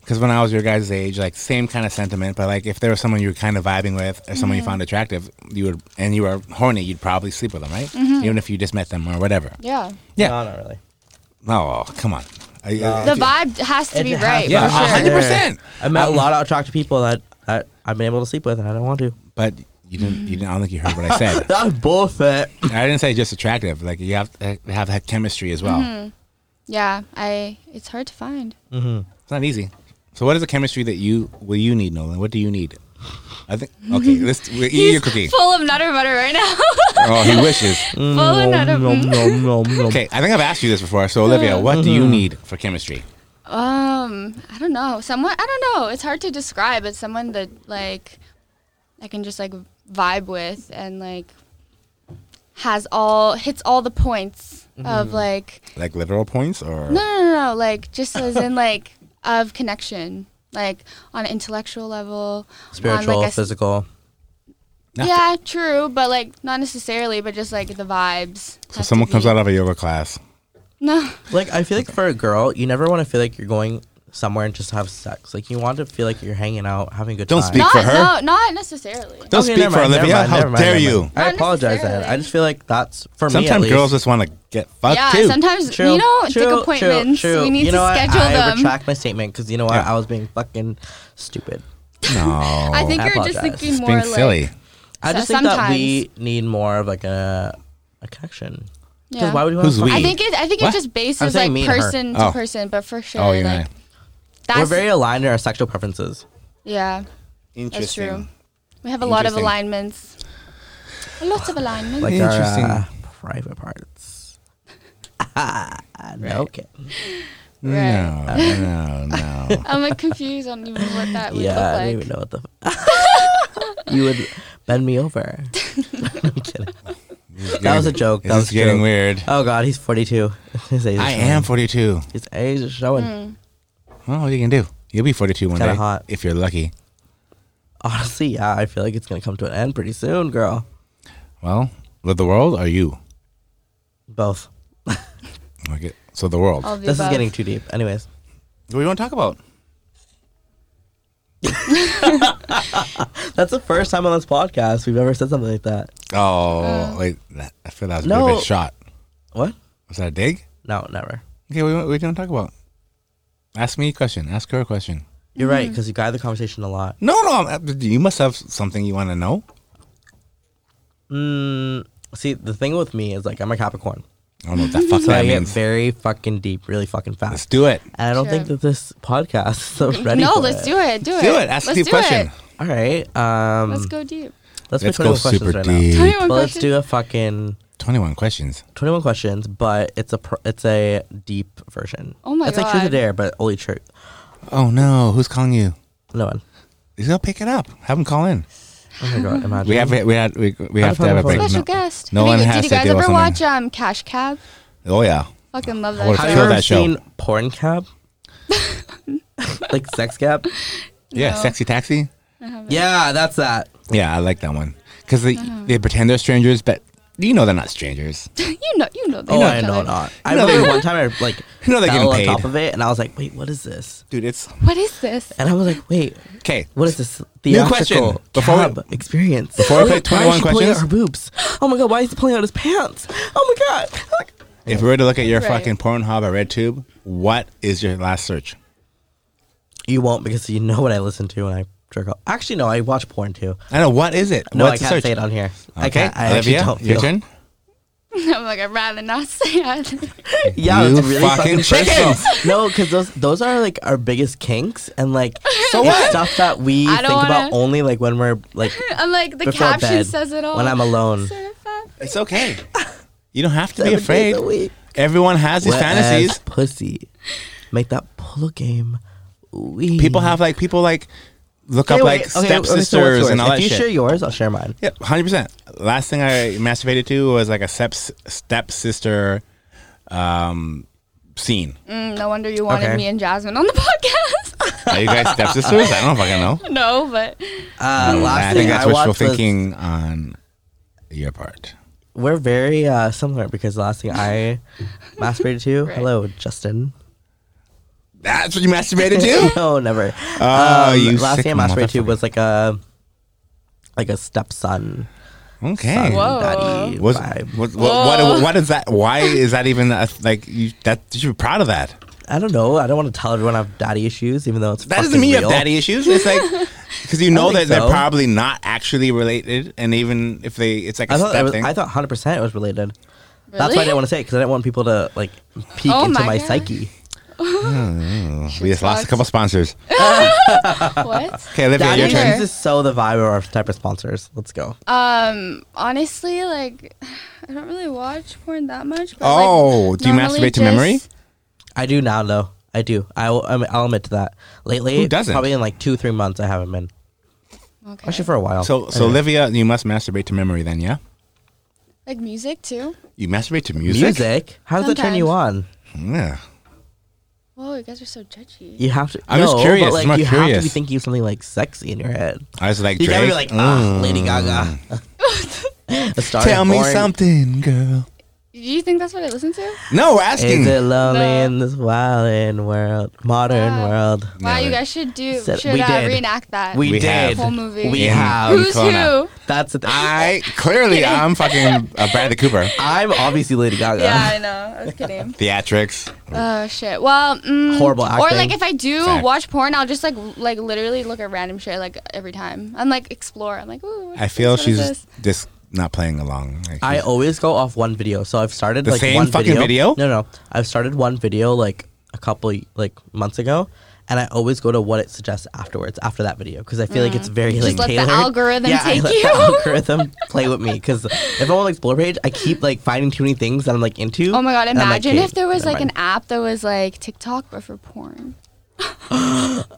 B: Because when I was your guys' age, like same kind of sentiment, but like if there was someone you were kind of vibing with or someone you found attractive, you would and you were horny, you'd probably sleep with them, right? Even if you just met them or whatever.
C: Yeah.
B: Yeah.
A: No, not really.
B: No, come on. I- I-
C: The vibe has to
A: It
C: be
A: has
C: right.
A: to
B: Yeah,
C: for sure.
B: 100%.
A: I met a lot of attractive people that, that I'm able to sleep with, and I don't want to.
B: But you didn't. You didn't. I don't think you heard what I said.
A: That's bullshit.
B: I didn't say just attractive. Like you have to have that chemistry as well.
C: Yeah, I. It's hard to find.
B: It's not easy. So what is the chemistry that you will you need, Nolan? What do you need? I think. Okay, let's we eat your cookie.
C: full of nutter butter right now.
B: Oh, he wishes.
C: full of nutter.
A: Nom, nom, nom, nom.
B: Okay, I think I've asked you this before. So
C: Uh-huh.
B: Olivia, what do you need for chemistry?
C: Um, I don't know. Someone. I don't know. It's hard to describe. It's someone that like I can just like vibe with and like has all hits all the points of like
B: Like literal points or?
C: No, no, no, no. Like just as in like of connection, like on an intellectual level, on
A: Spiritual,
C: like a s-
A: physical.
B: Not-
C: Yeah, true, but like not necessarily, but just like the vibes.
B: So someone comes out of a yoga class.
C: No,
A: Like I feel like for a girl, you never want to feel like you're going somewhere and just have sex. Like you want to feel like you're hanging out, having a good
B: Don't
A: time.
B: speak.
C: not
B: for her?
C: no, not necessarily.
B: Don't
A: Okay,
B: speak
A: never
B: for
A: mind,
B: Olivia.
A: never mind,
B: How
A: never mind,
B: dare
A: never
B: you?
A: mind. I
C: Not
A: apologize. Then.
C: necessarily.
A: I just feel like that's for me. at
B: Sometimes
A: least.
B: girls just want to get fucked
C: yeah,
B: too.
C: sometimes
A: True,
C: you know,
A: true,
C: dick
A: true,
C: appointments.
A: true.
C: We need
A: you know
C: to
A: what?
C: schedule
A: I
C: them.
A: retract my statement because you know what?
B: Yeah.
A: I was being fucking stupid.
B: no,
C: I think
A: I
C: you're just
A: apologize.
C: thinking
B: it's
C: more
B: being
C: like
B: silly.
A: I
C: So
A: just think that we need more of like a a connection. 'Cause
C: Yeah.
A: Why would we
B: Who's we?
A: want to
C: I think it. I think
B: What?
C: it just
A: I'm
C: bases
A: saying
C: like
A: me and her.
C: person to
B: Oh.
C: person, but for sure,
B: Oh, you
C: like
B: know.
C: that's
A: We're very aligned in our sexual preferences.
C: yeah, that's
B: Interesting.
C: true. We have a lot of
B: Interesting.
C: alignments. Lots of alignments.
A: Like our
B: Interesting.
A: uh, private parts. no, okay.
C: Right.
B: No, no, no.
C: I'm like confused on even what that would
A: Yeah, I don't
C: look
A: even
C: like.
A: know what the. you would bend me over. I'm kidding. That was a joke.
B: This
A: that
B: is
A: was a
B: getting
A: joke.
B: weird.
A: Oh God, he's 42. His age is
B: I
A: showing.
B: am 42.
A: His age is showing.
C: Hmm.
B: Well, what are you gonna do? You'll be 42 one
A: Kinda
B: day
A: hot.
B: if you're lucky.
A: Honestly, yeah, I feel like it's gonna come to an end pretty soon, girl.
B: Well, with the world or you?
A: Both.
B: Okay. So the world.
C: All of the
A: This is
C: above.
A: getting too deep. Anyways,
B: What do you want to talk about?
A: that's the first time on this podcast we've ever said something like that.
B: Oh, wait. That, I feel that was a
A: No.
B: pretty big shot.
A: What?
B: Was that a dig?
A: No, never.
B: Okay, what, what do you want to talk about? Ask me a question. Ask her a question.
A: You're
C: Hmm.
A: right, 'cause right because you guide the conversation a lot.
B: No, no. I'm- uh, You must have something you want to know.
A: Mm, see, the thing with me is like I'm a Capricorn,
B: I don't know what the fuck
A: so I
B: that
A: get
B: means.
A: very fucking deep, really fucking
B: Let's
A: fast.
B: do it.
A: And I don't
C: Sure.
A: think that this podcast is so ready.
C: No,
A: for
C: let's do it. Do it.
B: Do it. Ask
C: let's
B: me a
C: do
B: question.
C: It.
A: All right. Um,
C: Let's go deep.
A: let's,
B: Let's
A: make
B: go
A: 21 questions
B: super
A: right
B: deep.
A: now.
C: Tell me one
A: Well, let's
C: question.
A: do a fucking
B: 21 questions.
A: 21 questions, but it's a pr- it's a deep version.
C: Oh my
A: it's It's like truth or
C: God.
A: dare, but only truth.
B: Oh, no. Who's calling you?
A: No one.
B: He's going to pick it up. Have him call in.
A: Oh my god! Imagine.
B: We have we had we, we
A: How
B: have
A: to
B: to have a
A: find
B: break.
A: a phone.
C: Special
B: No.
C: guest.
B: No
C: Have
B: one
C: you,
B: has
C: Did you
B: to
C: guys
B: do
C: ever
B: something.
C: watch um, Cash Cab?
B: Oh yeah.
C: Fucking love
B: would
C: that
A: Have
B: kill
A: you
C: show.
A: ever
B: that show.
A: seen porn cab? like sex cab?
B: Yeah,
C: No.
B: sexy taxi.
A: Yeah, that's that.
B: Yeah, I like that one because they they pretend they're strangers, but you know they're not strangers.
C: you know, you know. They
A: Oh,
C: know
A: I
C: each
A: know
C: other.
A: not. I
B: You know they-
A: remember one time I like
B: You know they're
A: fell on
B: getting
A: top
B: paid.
A: of it, and I was like, "Wait, what is this?"
B: Dude, it's
C: What is this?
A: And I was like, "Wait,
B: okay.
A: what is this
B: New question.
A: theatrical
B: Before we-
A: cab experience?"
B: Before we play 21
A: Why is she pulling out
B: questions?
A: her boobs. Oh my god, why is he pulling out his pants? Oh my god! Like,
B: If we were to look at your
C: Right.
B: fucking Pornhub or RedTube, what is your last search?
A: you won't because you know what I listen to when I jerk off. Actually, no, I watch porn too.
B: I know what is it.
A: No,
B: What's
A: I
B: the
A: can't
B: search?
A: say it on here. I
B: okay,
A: can't. I
B: Olivia,
A: actually don't feel.
B: your turn.
C: I'm like, I'd rather not say that.
A: Yeah,
B: You
A: it's really
B: fucking
A: fucking, personal.
B: chickens!
A: No, because those those are like our biggest kinks and like
B: So
A: it's
B: what?
A: stuff that we
C: I
A: think
C: don't
A: about
C: wanna-
A: only like when we're like
C: I'm like, the
A: before
C: caption
A: bed
C: says it all.
A: when I'm alone.
C: Certified.
B: It's okay. You don't have to be
A: Seven days
B: afraid.
A: a week. uh,
B: Everyone has these
A: Wet ass
B: fantasies.
A: pussy. Make that polo game. We
B: People have like people like look up like stepsisters and all
A: if
B: that
A: you
B: shit.
A: share yours, I'll share mine.
B: Yep, hundred percent. Last thing I masturbated to was like a step stepsister um, scene.
C: Mm, no wonder you wanted
A: Okay.
C: me and Jasmine on the podcast.
B: Are you guys stepsisters? I don't fucking know.
C: no, but
A: Uh, last
B: I
A: thing
B: think that's
A: I
B: wishful
A: watched was
B: thinking on your part.
A: we're very uh, similar because the last thing I masturbated to,
C: Right.
A: hello Justin.
B: That's what you masturbated to?
A: no, never.
B: Oh,
A: Um,
B: you
A: last
B: sick
A: thing I masturbated to
B: motherfucker.
A: was like a like a stepson, um,
B: Okay.
C: Whoa.
A: daddy
B: Was,
A: vibe.
B: what, what, what,
A: Oh.
C: Whoa.
B: what is that? Why is that even a, like you? That you should be proud of that.
A: I don't know. I don't want to tell everyone I have daddy issues, even though it's
B: That doesn't
A: fucking
B: mean you
A: real.
B: have daddy issues. It's like because you know
A: don't
B: that
A: think
B: they're
A: so.
B: probably not actually related, and even if they, it's like a
A: I thought
B: step
A: it was,
B: thing.
A: I thought 100 percent it was related.
C: Really?
A: That's why I didn't want to say it because I didn't want people to like peek
C: Oh
A: into
C: my
A: my
C: God.
A: psyche.
B: we just lost a
C: sucks.
B: couple sponsors.
C: what?
B: Okay, Olivia,
A: Daddy
B: your turn.
A: issues is so the vibe of our type of sponsors. Let's go.
C: Um, honestly, like I don't really watch porn that much. But, like,
B: Oh, do you
C: normally
B: masturbate to memory?
C: just-
A: I do now though. I do. I will, I mean, I'll admit to that. Lately,
B: Who doesn't?
A: Probably in like two three months, I haven't been.
C: Okay.
A: Actually, for a while.
B: So, so
A: Anyway.
B: Olivia, you must masturbate to memory then, yeah?
C: like music too.
B: You masturbate to music.
A: music. How does that turn you on?
B: Yeah.
C: Whoa, you guys are so judgy.
A: You have to.
B: I'm
A: no,
B: just curious.
A: But, like,
B: I'm
A: you have to be
B: curious.
A: thinking of something like sexy in your head.
B: I was like,
A: You gotta
B: Drake. Mm.
A: be like, ah, Lady Gaga. A Star is
B: Tell me
A: Born.
B: something, girl.
C: Do you think that's what I listen to?
B: No, we're
A: Is
B: asking.
A: it lonely
C: No. Uh,
A: in this wild and world, modern
C: Wow.
A: world?
C: Wow,
B: No,
C: you
B: like-
C: guys should do
A: Said-
C: should
A: we
C: uh,
A: did.
C: reenact that
A: We,
B: We
A: did.
B: have.
C: whole movie.
A: We
B: In-
A: have.
C: Who's
B: Corona.
C: who?
A: That's the thing.
B: I clearly I'm fucking uh, Bradley Cooper.
A: I'm obviously Lady Gaga.
C: Yeah, I know. I was kidding.
B: Theatrics.
C: Oh shit. Well, mm,
A: Horrible
C: Or
A: acting.
C: like if I do
B: Fact.
C: watch porn, I'll just like l- like literally look at random shit like every time. I'm like explore. I'm like, ooh.
B: I feel
C: what is
B: she's
C: this?
B: just not playing along. Like,
A: I
B: she's-
A: always go off one video. So I've started
B: The
A: like
B: same
A: one
B: fucking video?
A: No, no. I've started one video like a couple like months ago, and I always go to what it suggests afterwards after that video because I feel like it's very
C: Mm. Just
A: like
C: let the
A: tailored.
C: algorithm
A: yeah, I
C: take
A: let
C: you.
A: the algorithm play with me because if I'm on like Explore page, I keep like finding too many things that I'm like into.
C: Oh my god!
A: and I'm like,
C: Imagine
A: okay,
C: if there was
A: never
C: like
A: mind.
C: an app that was like TikTok but for porn. That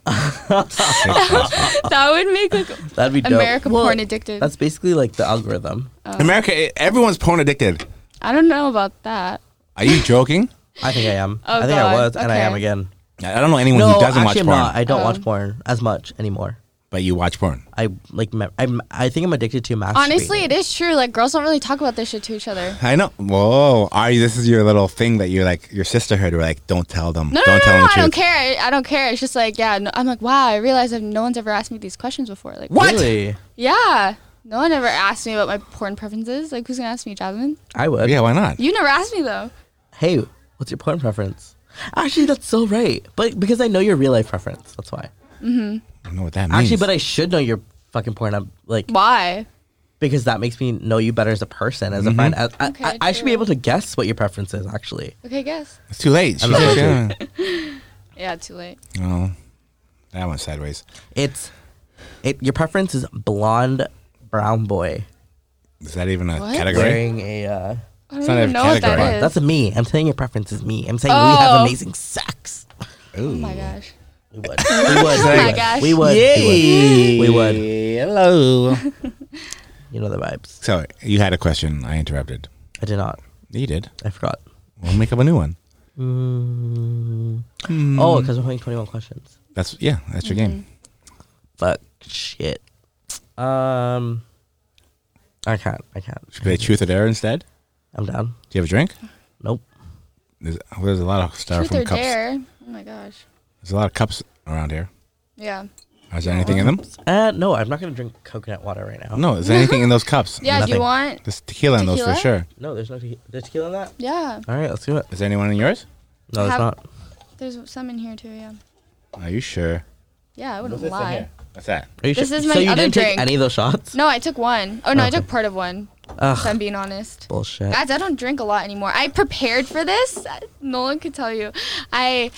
C: would make like
A: that'd be dope.
C: America
A: Well,
C: porn addicted.
A: That's basically like the algorithm.
B: America. Everyone's porn addicted.
C: I don't know about that.
B: Are you joking?
A: I think I am.
C: Oh
A: I think I
C: God,
A: was, and I am
C: okay.
A: again.
B: I I don't know anyone
A: no,
B: who doesn't watch
A: actually,
B: porn,
A: I'm not. I don't watch
C: Um,
A: porn as much anymore.
B: but you watch porn.
A: I like. Me- I'm. I think I'm addicted to masturbating.
C: Honestly, it is true. Like girls don't really talk about this shit to each other.
B: I know. Whoa, are you? This is your little thing that you're like your sisterhood. We're like, don't tell them.
C: No,
B: don't
C: no, no,
B: tell
C: no,
B: them the
C: no I
B: truth.
C: don't care. I, I don't care. It's just like, yeah, no, I'm like, wow, I realize that no one's ever asked me these questions before. Like,
B: What?
A: Really?
C: Yeah. No one ever asked me about my porn preferences. Like, who's gonna ask me, Jasmine?
A: I would.
B: Yeah, why not?
C: You never asked me though.
A: Hey, what's your porn preference? Actually, that's so right. But because I know your real life preference, that's why.
B: I don't know what that means.
A: Actually, but I should know your fucking porn. I'm like
C: Why?
A: because that makes me know you better as a person, as a friend.
B: Mm-hmm.
A: I, I,
C: Okay,
A: I, I should be
C: true.
A: able to guess what your preference is. Actually,
C: Okay, guess.
B: it's too late. She's
A: not
B: like,
A: joking.
B: yeah.
C: Yeah, too late.
B: Oh, that went sideways.
A: it's it. Your preference is blonde, brown boy
B: Is that even a
C: What?
B: category?
A: wearing a. Uh,
C: I don't
B: not
C: even
B: a
C: know what that
B: category.
C: is.
A: that's a me. I'm saying your preference is me. I'm saying we have
C: Oh.
A: amazing sex.
C: oh my gosh.
A: We would. We would.
C: Oh
A: we
C: my
A: would.
C: gosh.
A: We would.
B: Yay.
A: We would.
B: Hello.
A: You know the vibes.
B: so you had a question. I interrupted.
A: I did not.
B: You did.
A: I forgot.
B: We'll make up a new one.
A: Mm. Oh, because we're playing 21 questions.
B: That's yeah. That's your game.
C: Mm-hmm.
A: Fuck shit. Um, I can't. I can't.
B: Should they truth or dare instead?
A: I'm down.
B: Do you have a drink?
A: Nope.
B: There's, oh, there's a lot of
C: Truth
B: styrofoam
C: or
B: cups.
C: dare? Oh my gosh.
B: There's a lot of cups around here.
C: Yeah.
B: Is there anything in them?
A: Uh, no, I'm not gonna drink coconut water right now.
B: No. Is there anything in those cups?
C: Yeah. Do
A: Nothing.
C: you want?
B: There's tequila in those for
C: Tequila?
B: sure.
A: No, there's no te- there's tequila in that.
C: Yeah.
A: All right, let's do it.
B: Is there anyone in yours?
A: No, there's
C: Have-
A: not.
C: There's some in here too. Yeah.
B: Are you sure?
C: Yeah. I wouldn't lie.
B: What's that?
A: Are you
C: This
A: sure-
C: is my
A: so you
C: other
A: didn't take
C: drink.
A: any of those shots?
C: No, I took one. Oh no, I
A: Okay.
C: took part of one. If
A: Ugh,
C: I'm being honest.
A: bullshit.
C: Guys, I don't drink a lot anymore. I prepared for this. Nolan could tell you. I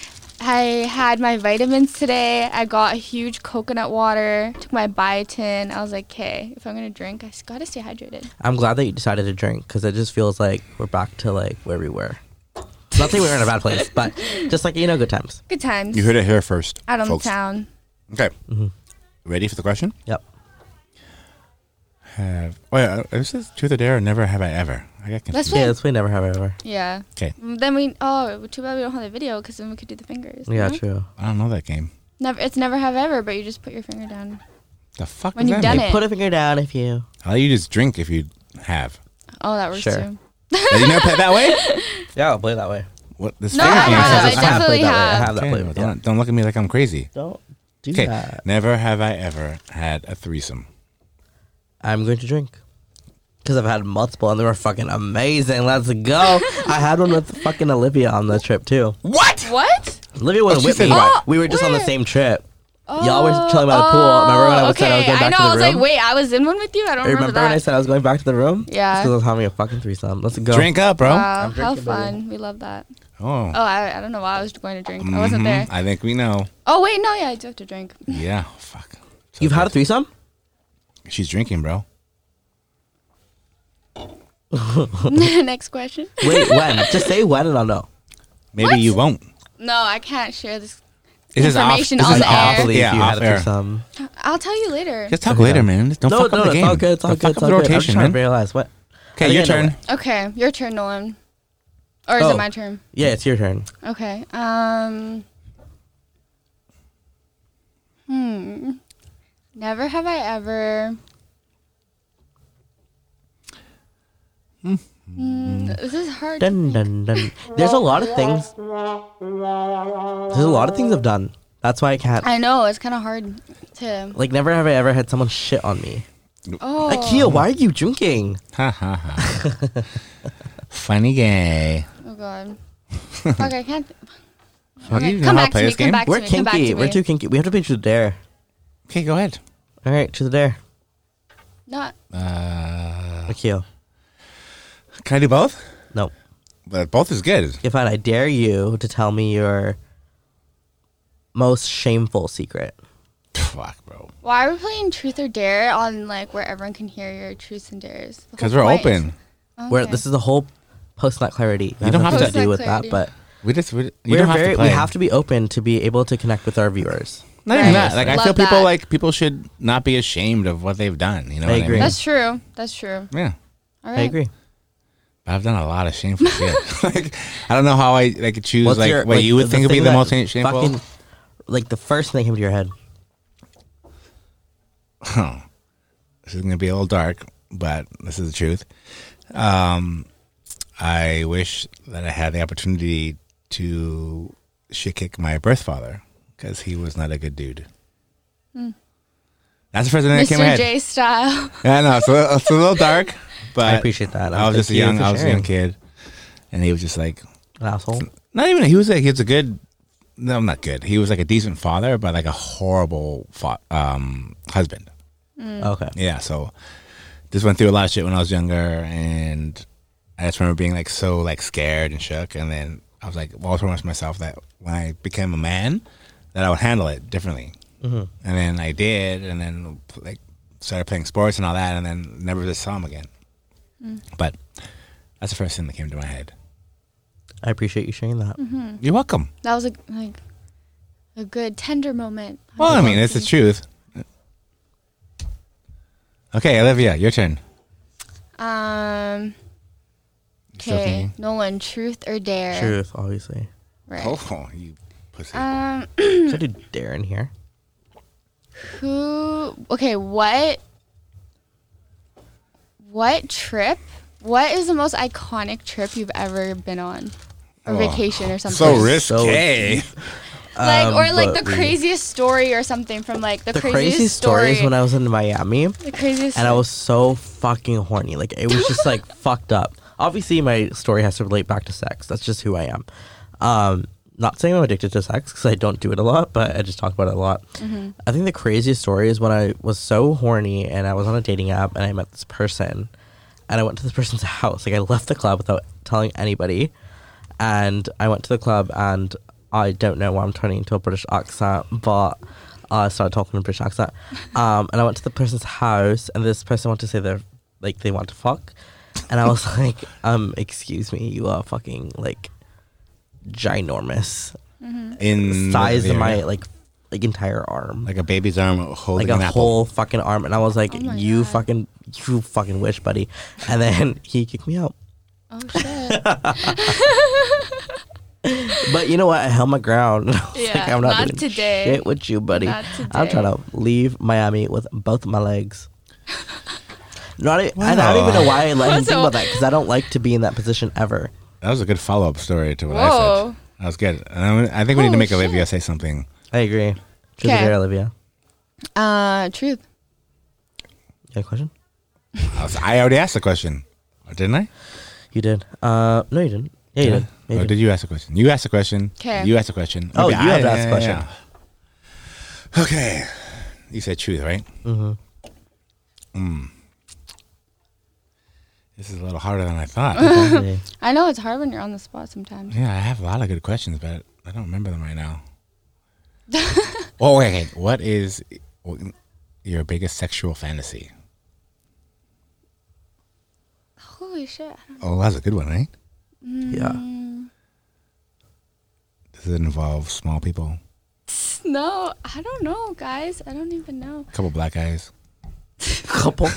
C: I had my vitamins today. I got a huge coconut water. Took my biotin. I was like, okay, if I'm gonna drink, I s- gotta stay hydrated.
A: I'm glad that you decided to drink because it just feels like we're back to like where we were. Not that we were in a bad place, but just like you know, good times.
C: Good times.
B: You heard it here first.
C: Out on
B: folks.
C: the town.
B: Okay.
A: Mm-hmm.
B: Ready for the question?
A: Yep.
B: Have wait, uh, is this truth or dare or never have I ever? I got
C: That's
B: confused.
A: Yeah,
C: what.
A: that's we never have ever.
C: Yeah.
B: Okay.
C: Mm, Then we. Oh, too bad we don't have the video because then we could do the fingers.
A: Yeah,
C: no?
A: true.
B: I don't know that game.
C: Never. It's never have ever, but you just put your finger down.
B: The fuck
C: When
B: does
C: you've
B: that
C: done
B: mean?
C: it.
A: Put a finger down if you.
B: How do you just drink if you have?
C: Oh, that works
A: Sure.
C: too.
B: you never played that way?
A: Yeah, I'll play that way.
B: What? This
C: No,
B: finger
C: I
B: game
C: have,
B: says
C: I
B: it's
A: I have
B: not.
C: definitely-
A: played that way. I
C: have.
A: have that
B: Okay,
A: played. Yeah.
B: don't, don't look at me like I'm crazy.
A: Don't do
B: Okay,
A: that.
B: never have I ever had a threesome.
A: I'm going to drink. Because I've had multiple and they were fucking amazing. Let's go. I had one with fucking Olivia on the trip too.
B: What?
C: What?
A: Olivia wasn't
B: she
A: with
B: said
A: me.
B: what?
A: We were just on the
C: Where?
A: same trip. Y'all were chilling by the pool. Remember when I
C: Oh,
A: was- said I was
C: okay,
A: going back
C: know.
A: to the
C: I was
A: room?
C: like, wait, I was in one with you. I don't
A: Remember,
C: remember,
A: when
C: that.
A: I said I was going back to the room?
C: Yeah.
A: Because I was having a fucking threesome. Let's go.
B: Drink up, bro.
C: wow,
A: I'm
C: how
A: drinking, buddy.
C: fun. We love that.
B: Oh.
C: Oh, I, I don't know why I was going to drink. I wasn't
B: Mhm.
A: Mm-hmm.
C: there.
B: I think we know.
C: Oh wait, no, yeah, I do have to drink.
B: Yeah. Fuck. So
A: You've had a
B: good.
A: threesome?
B: She's drinking, bro.
C: Next question.
A: Wait, when? Just say when and I'll know.
B: Maybe you won't.
C: No, I can't share this.
B: This is off.
C: Information
B: this
C: on
B: is
C: the
B: off.
C: air.
A: Believe
B: Yeah,
A: you
B: off
A: had a
B: air.
A: threesome.
C: I'll tell you later.
B: Just talk
A: Okay,
B: later,
A: then.
B: man. Just don't
A: no,
B: fuck
A: no,
B: up the
A: no,
B: game.
A: it's all good. It's all
B: Don't
A: good.
B: fuck
A: It's
B: up
A: all
B: the
A: good. I'm just
B: rotation,
A: trying to
B: man.
A: realize what. I
B: Okay,
A: think
B: your
A: I know
B: turn.
A: it.
C: Okay, your turn, Nolan. Or is
A: Oh.
C: it my turn?
A: Yeah, it's your turn.
C: Okay. Um. Hmm. Never have I ever. Hmm. This is hard.
A: Dun, dun, dun. There's a lot of things. There's a lot of things I've done. That's why I can't.
C: I know it's kind of hard to.
A: Like, never have I ever had someone shit on me.
C: Oh.
A: Like, Kia, why are you drinking?
B: Ha ha ha. Funny gay.
C: Oh god. Fuck, I can't.
B: Fuck, you
C: Okay,
B: know
C: come
B: how to
C: back to
B: play
C: me.
B: this
C: Come
B: game?
C: back
A: We're
C: to me. Come back
A: kinky.
C: to
A: We're
C: me.
A: too kinky. We have to play Truth or Dare.
B: Okay, go ahead.
A: All right, Truth or Dare.
C: Not.
B: Uh,
A: Akio.
B: can I do both?
A: No.
B: But both is good.
A: If I dare you to tell me your most shameful secret.
B: Fuck, bro.
C: Why are we playing Truth or Dare on like where everyone can hear your truths and dares? The whole
B: Because we're
C: point.
B: open.
A: Where
C: Okay.
A: this is the whole post nut clarity. It
B: You don't
A: has
B: have
A: nothing
B: to-
A: do
C: Post-nut
A: with
C: clarity.
A: that, but
B: We just we, you
A: we're
B: don't have
A: very
B: to play.
A: we have to be open to be able to connect with our viewers.
B: Not even
C: Right.
B: that. Like I
C: Love
B: feel people
C: that.
B: like people should not be ashamed of what they've done. You know
A: I
B: what
A: agree.
B: I mean?
C: That's true. That's true.
B: Yeah.
C: All
A: I
C: right.
A: agree.
B: But I've done a lot of shameful shit. like I don't know how I like choose
A: What's
B: like
A: your-
B: what
A: like,
B: you would think would be
A: thing
B: the
A: that
B: most shameful.
A: fucking- like the first thing that came to your head.
B: Huh. This is gonna be a little dark, but this is the truth. Um, I wish that I had the opportunity to shit kick my birth father because he was not a good dude. That's the first thing that came to my
C: Mr.
B: head.
C: J style.
B: Yeah, I know. It's a little, it's a little dark, but
A: I appreciate that.
B: I was
A: Thank
B: just a
A: you
B: young,
A: for
B: I was a
A: sharing.
B: young kid, and he was just like
A: An asshole.
B: not even. He was like he was a good. No, not good. He was like a decent father, but like a horrible fa- um, husband.
C: Mm-hmm.
A: Okay.
B: Yeah, so just went through a lot of shit when I was younger, and I just remember being like so like scared and shook. And then I was like, well, I promised myself that when I became a man, that I would handle it differently. And then I did, and then like started playing sports and all that, and then never just saw him again. But that's the first thing that came to my head.
A: I appreciate you sharing that.
C: Mm-hmm.
B: You're welcome.
C: That was a like a good tender moment.
B: Well, I mean, it's the truth. Okay, Olivia, your turn.
C: Um.
B: Still
C: Okay,
B: thinking?
C: Nolan, truth or dare?
A: Truth, obviously.
C: Right.
B: Oh, you pussy.
C: Um.
A: Should I do dare in here?
C: Who? Okay. What? What trip? What is the most iconic trip you've ever been on, or
B: Oh,
C: vacation or something?
B: so
A: So-
B: risque.
C: like or
A: Um,
C: like the
A: but we-
C: craziest story or something from like the,
A: The
C: craziest
A: crazy
C: story.
A: stories when I was in Miami.
C: the craziest.
A: and I
C: story.
A: was so fucking horny. Like it was just like fucked up. Obviously, my story has to relate back to sex. That's just who I am. Um, not saying I'm addicted to sex because I don't do it a lot, but I just talk about it a lot. I think the craziest story is when I was so horny and I was on a dating app and I met this person, and I went to this person's house. Like I left the club without telling anybody, and I went to the club and I don't know why I'm turning into a British accent, but I started talking in a British accent. Um, and I went to the person's house, and this person wanted to say they're like they want to fuck, and I was like, um, excuse me, you are fucking like ginormous
B: in
A: size
B: the
A: of my
B: area.
A: like like entire arm
B: Mm, like a baby's arm holding
A: like a
B: an apple.
A: whole fucking arm, and I was like,
C: Oh my
A: "You
C: God.
A: fucking, you fucking wish, buddy." And then he kicked me out.
C: Oh shit!
A: But you know what? I held my ground. I was like,
C: Yeah,
A: I'm not,
C: not
A: doing
C: today.
A: shit with you, buddy.
C: Not
A: I'm
C: today.
A: trying to leave Miami with both my legs. Not even, and I don't even know why I let him think about that because I don't like to be in that position ever.
B: That was a good follow up story to what I said.
C: Whoa.
B: That was good. And I, I think we need to
C: Holy
B: make
C: shit.
B: Olivia say something.
A: I agree. Truth or
C: 'Kay.
A: dare, Olivia.
C: Uh, truth.
A: You got a question?
B: I, was- I already asked the question, Or didn't I?
A: You did. Uh, no, you didn't. Yeah, you did. Yeah, you
B: Or
A: did.
B: did you ask a question? You asked a question.
C: 'Kay.
B: You asked a question.
A: Oh, you have to
B: I-
A: ask a question.
B: yeah. Okay. You said truth, right? Mm-hmm. This is a little harder than I thought.
A: Okay.
C: I know it's hard when you're on the spot sometimes.
B: yeah, I have a lot of good questions, but I don't remember them right now. oh, wait, wait. What is your biggest sexual fantasy?
C: Holy shit. I don't-
B: Oh, that's a good one, right?
A: yeah.
C: Mm.
B: Does it involve small people?
C: No, I don't know, guys. I don't even know.
B: A couple black guys?
A: Couple.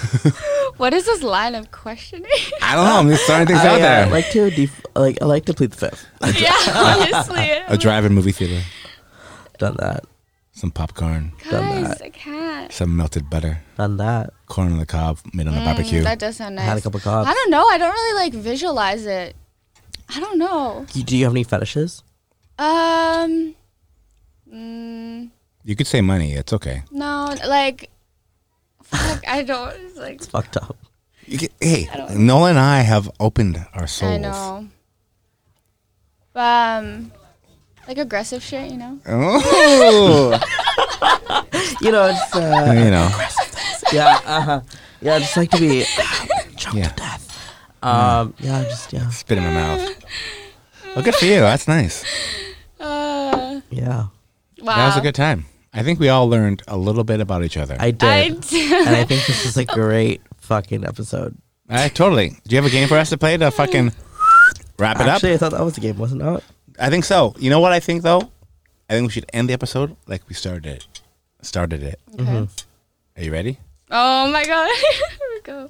C: What is this line of questioning?
B: I don't know. I'm just throwing things
C: Oh,
A: I,
B: out
A: uh,
B: there.
A: like to def- like I like to plead the fifth. I've
C: yeah, honestly.
B: a drive-in movie theater,
A: done that.
B: some popcorn,
C: Guys, I can't.
B: some melted butter,
A: Done that.
B: corn on the cob made on a barbecue.
C: Mm, That does sound nice.
A: I had a couple cops.
C: I don't know. I don't really like visualize it. I don't know.
A: You- do you have any fetishes?
C: Um, mm,
B: you could say money. It's okay.
C: no, like, fuck, I don't. It's like,
A: It's fucked up.
B: You could, hey,
C: I don't-
B: Nola and I have opened our souls.
C: I know. Um, like aggressive shit, you know.
B: Oh,
A: You know, it's uh,
B: you know.
A: yeah, uh huh. Yeah, I just like to be uh, choked
B: Yeah.
A: to death. Um, yeah, just yeah,
B: Spit in my mouth. Well, good for you. That's nice.
C: Uh,
A: yeah.
C: wow.
B: That was a good time. I think we all learned a little bit about each other.
A: Uh, I did,
C: I
A: and I think this is a great fucking episode.
B: I Uh, totally. Do you have a game for us to play to fucking wrap it up?
A: Actually, I thought that was a game, wasn't it?
B: I think so. You know what I think though? I think we should end the episode like we started it. Started it.
A: Mm-hmm.
C: Okay.
B: Are you ready?
C: Oh my god. Here we go.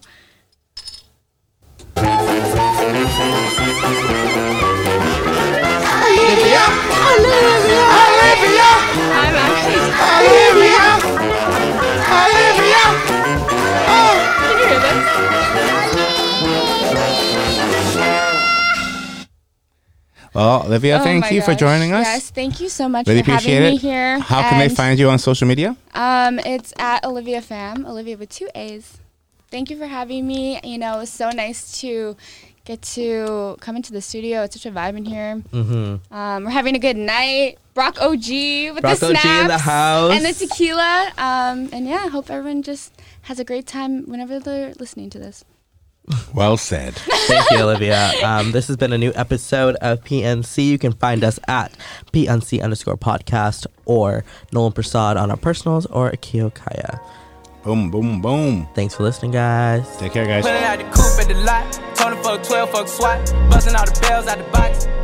C: I'm actually. Can you hear this?
B: Well, Olivia,
C: Oh
B: thank
C: my
B: you for
C: gosh.
B: joining us.
C: Yes, thank you so much
B: Really
C: for
B: appreciate
C: having
B: it.
C: me here.
B: How can they
C: And,
B: find you on social media?
C: Um, it's at Olivia Pham, Olivia with two A's. Thank you for having me. You know, it was so nice to get to come into the studio. It's such a vibe in here. Mm-hmm. Um, we're having a good night. Brock OG with
A: Brock
C: the
A: OG in the
C: snaps
A: house.
C: and the tequila. Um, and yeah, hope everyone just has a great time whenever they're listening to this.
B: Well said.
A: Thank you, Olivia. Um, this has been a new episode of PNC. You can find us at PNC underscore podcast or Nolan Prasad on our personals or Akio Kaya.
B: boom, boom, boom.
A: Thanks for listening, guys.
B: Take care, guys.
E: Pulling out the coupe at the lot. Tony fuck 12, fuck SWAT. Busting all the bells out the box. Mm.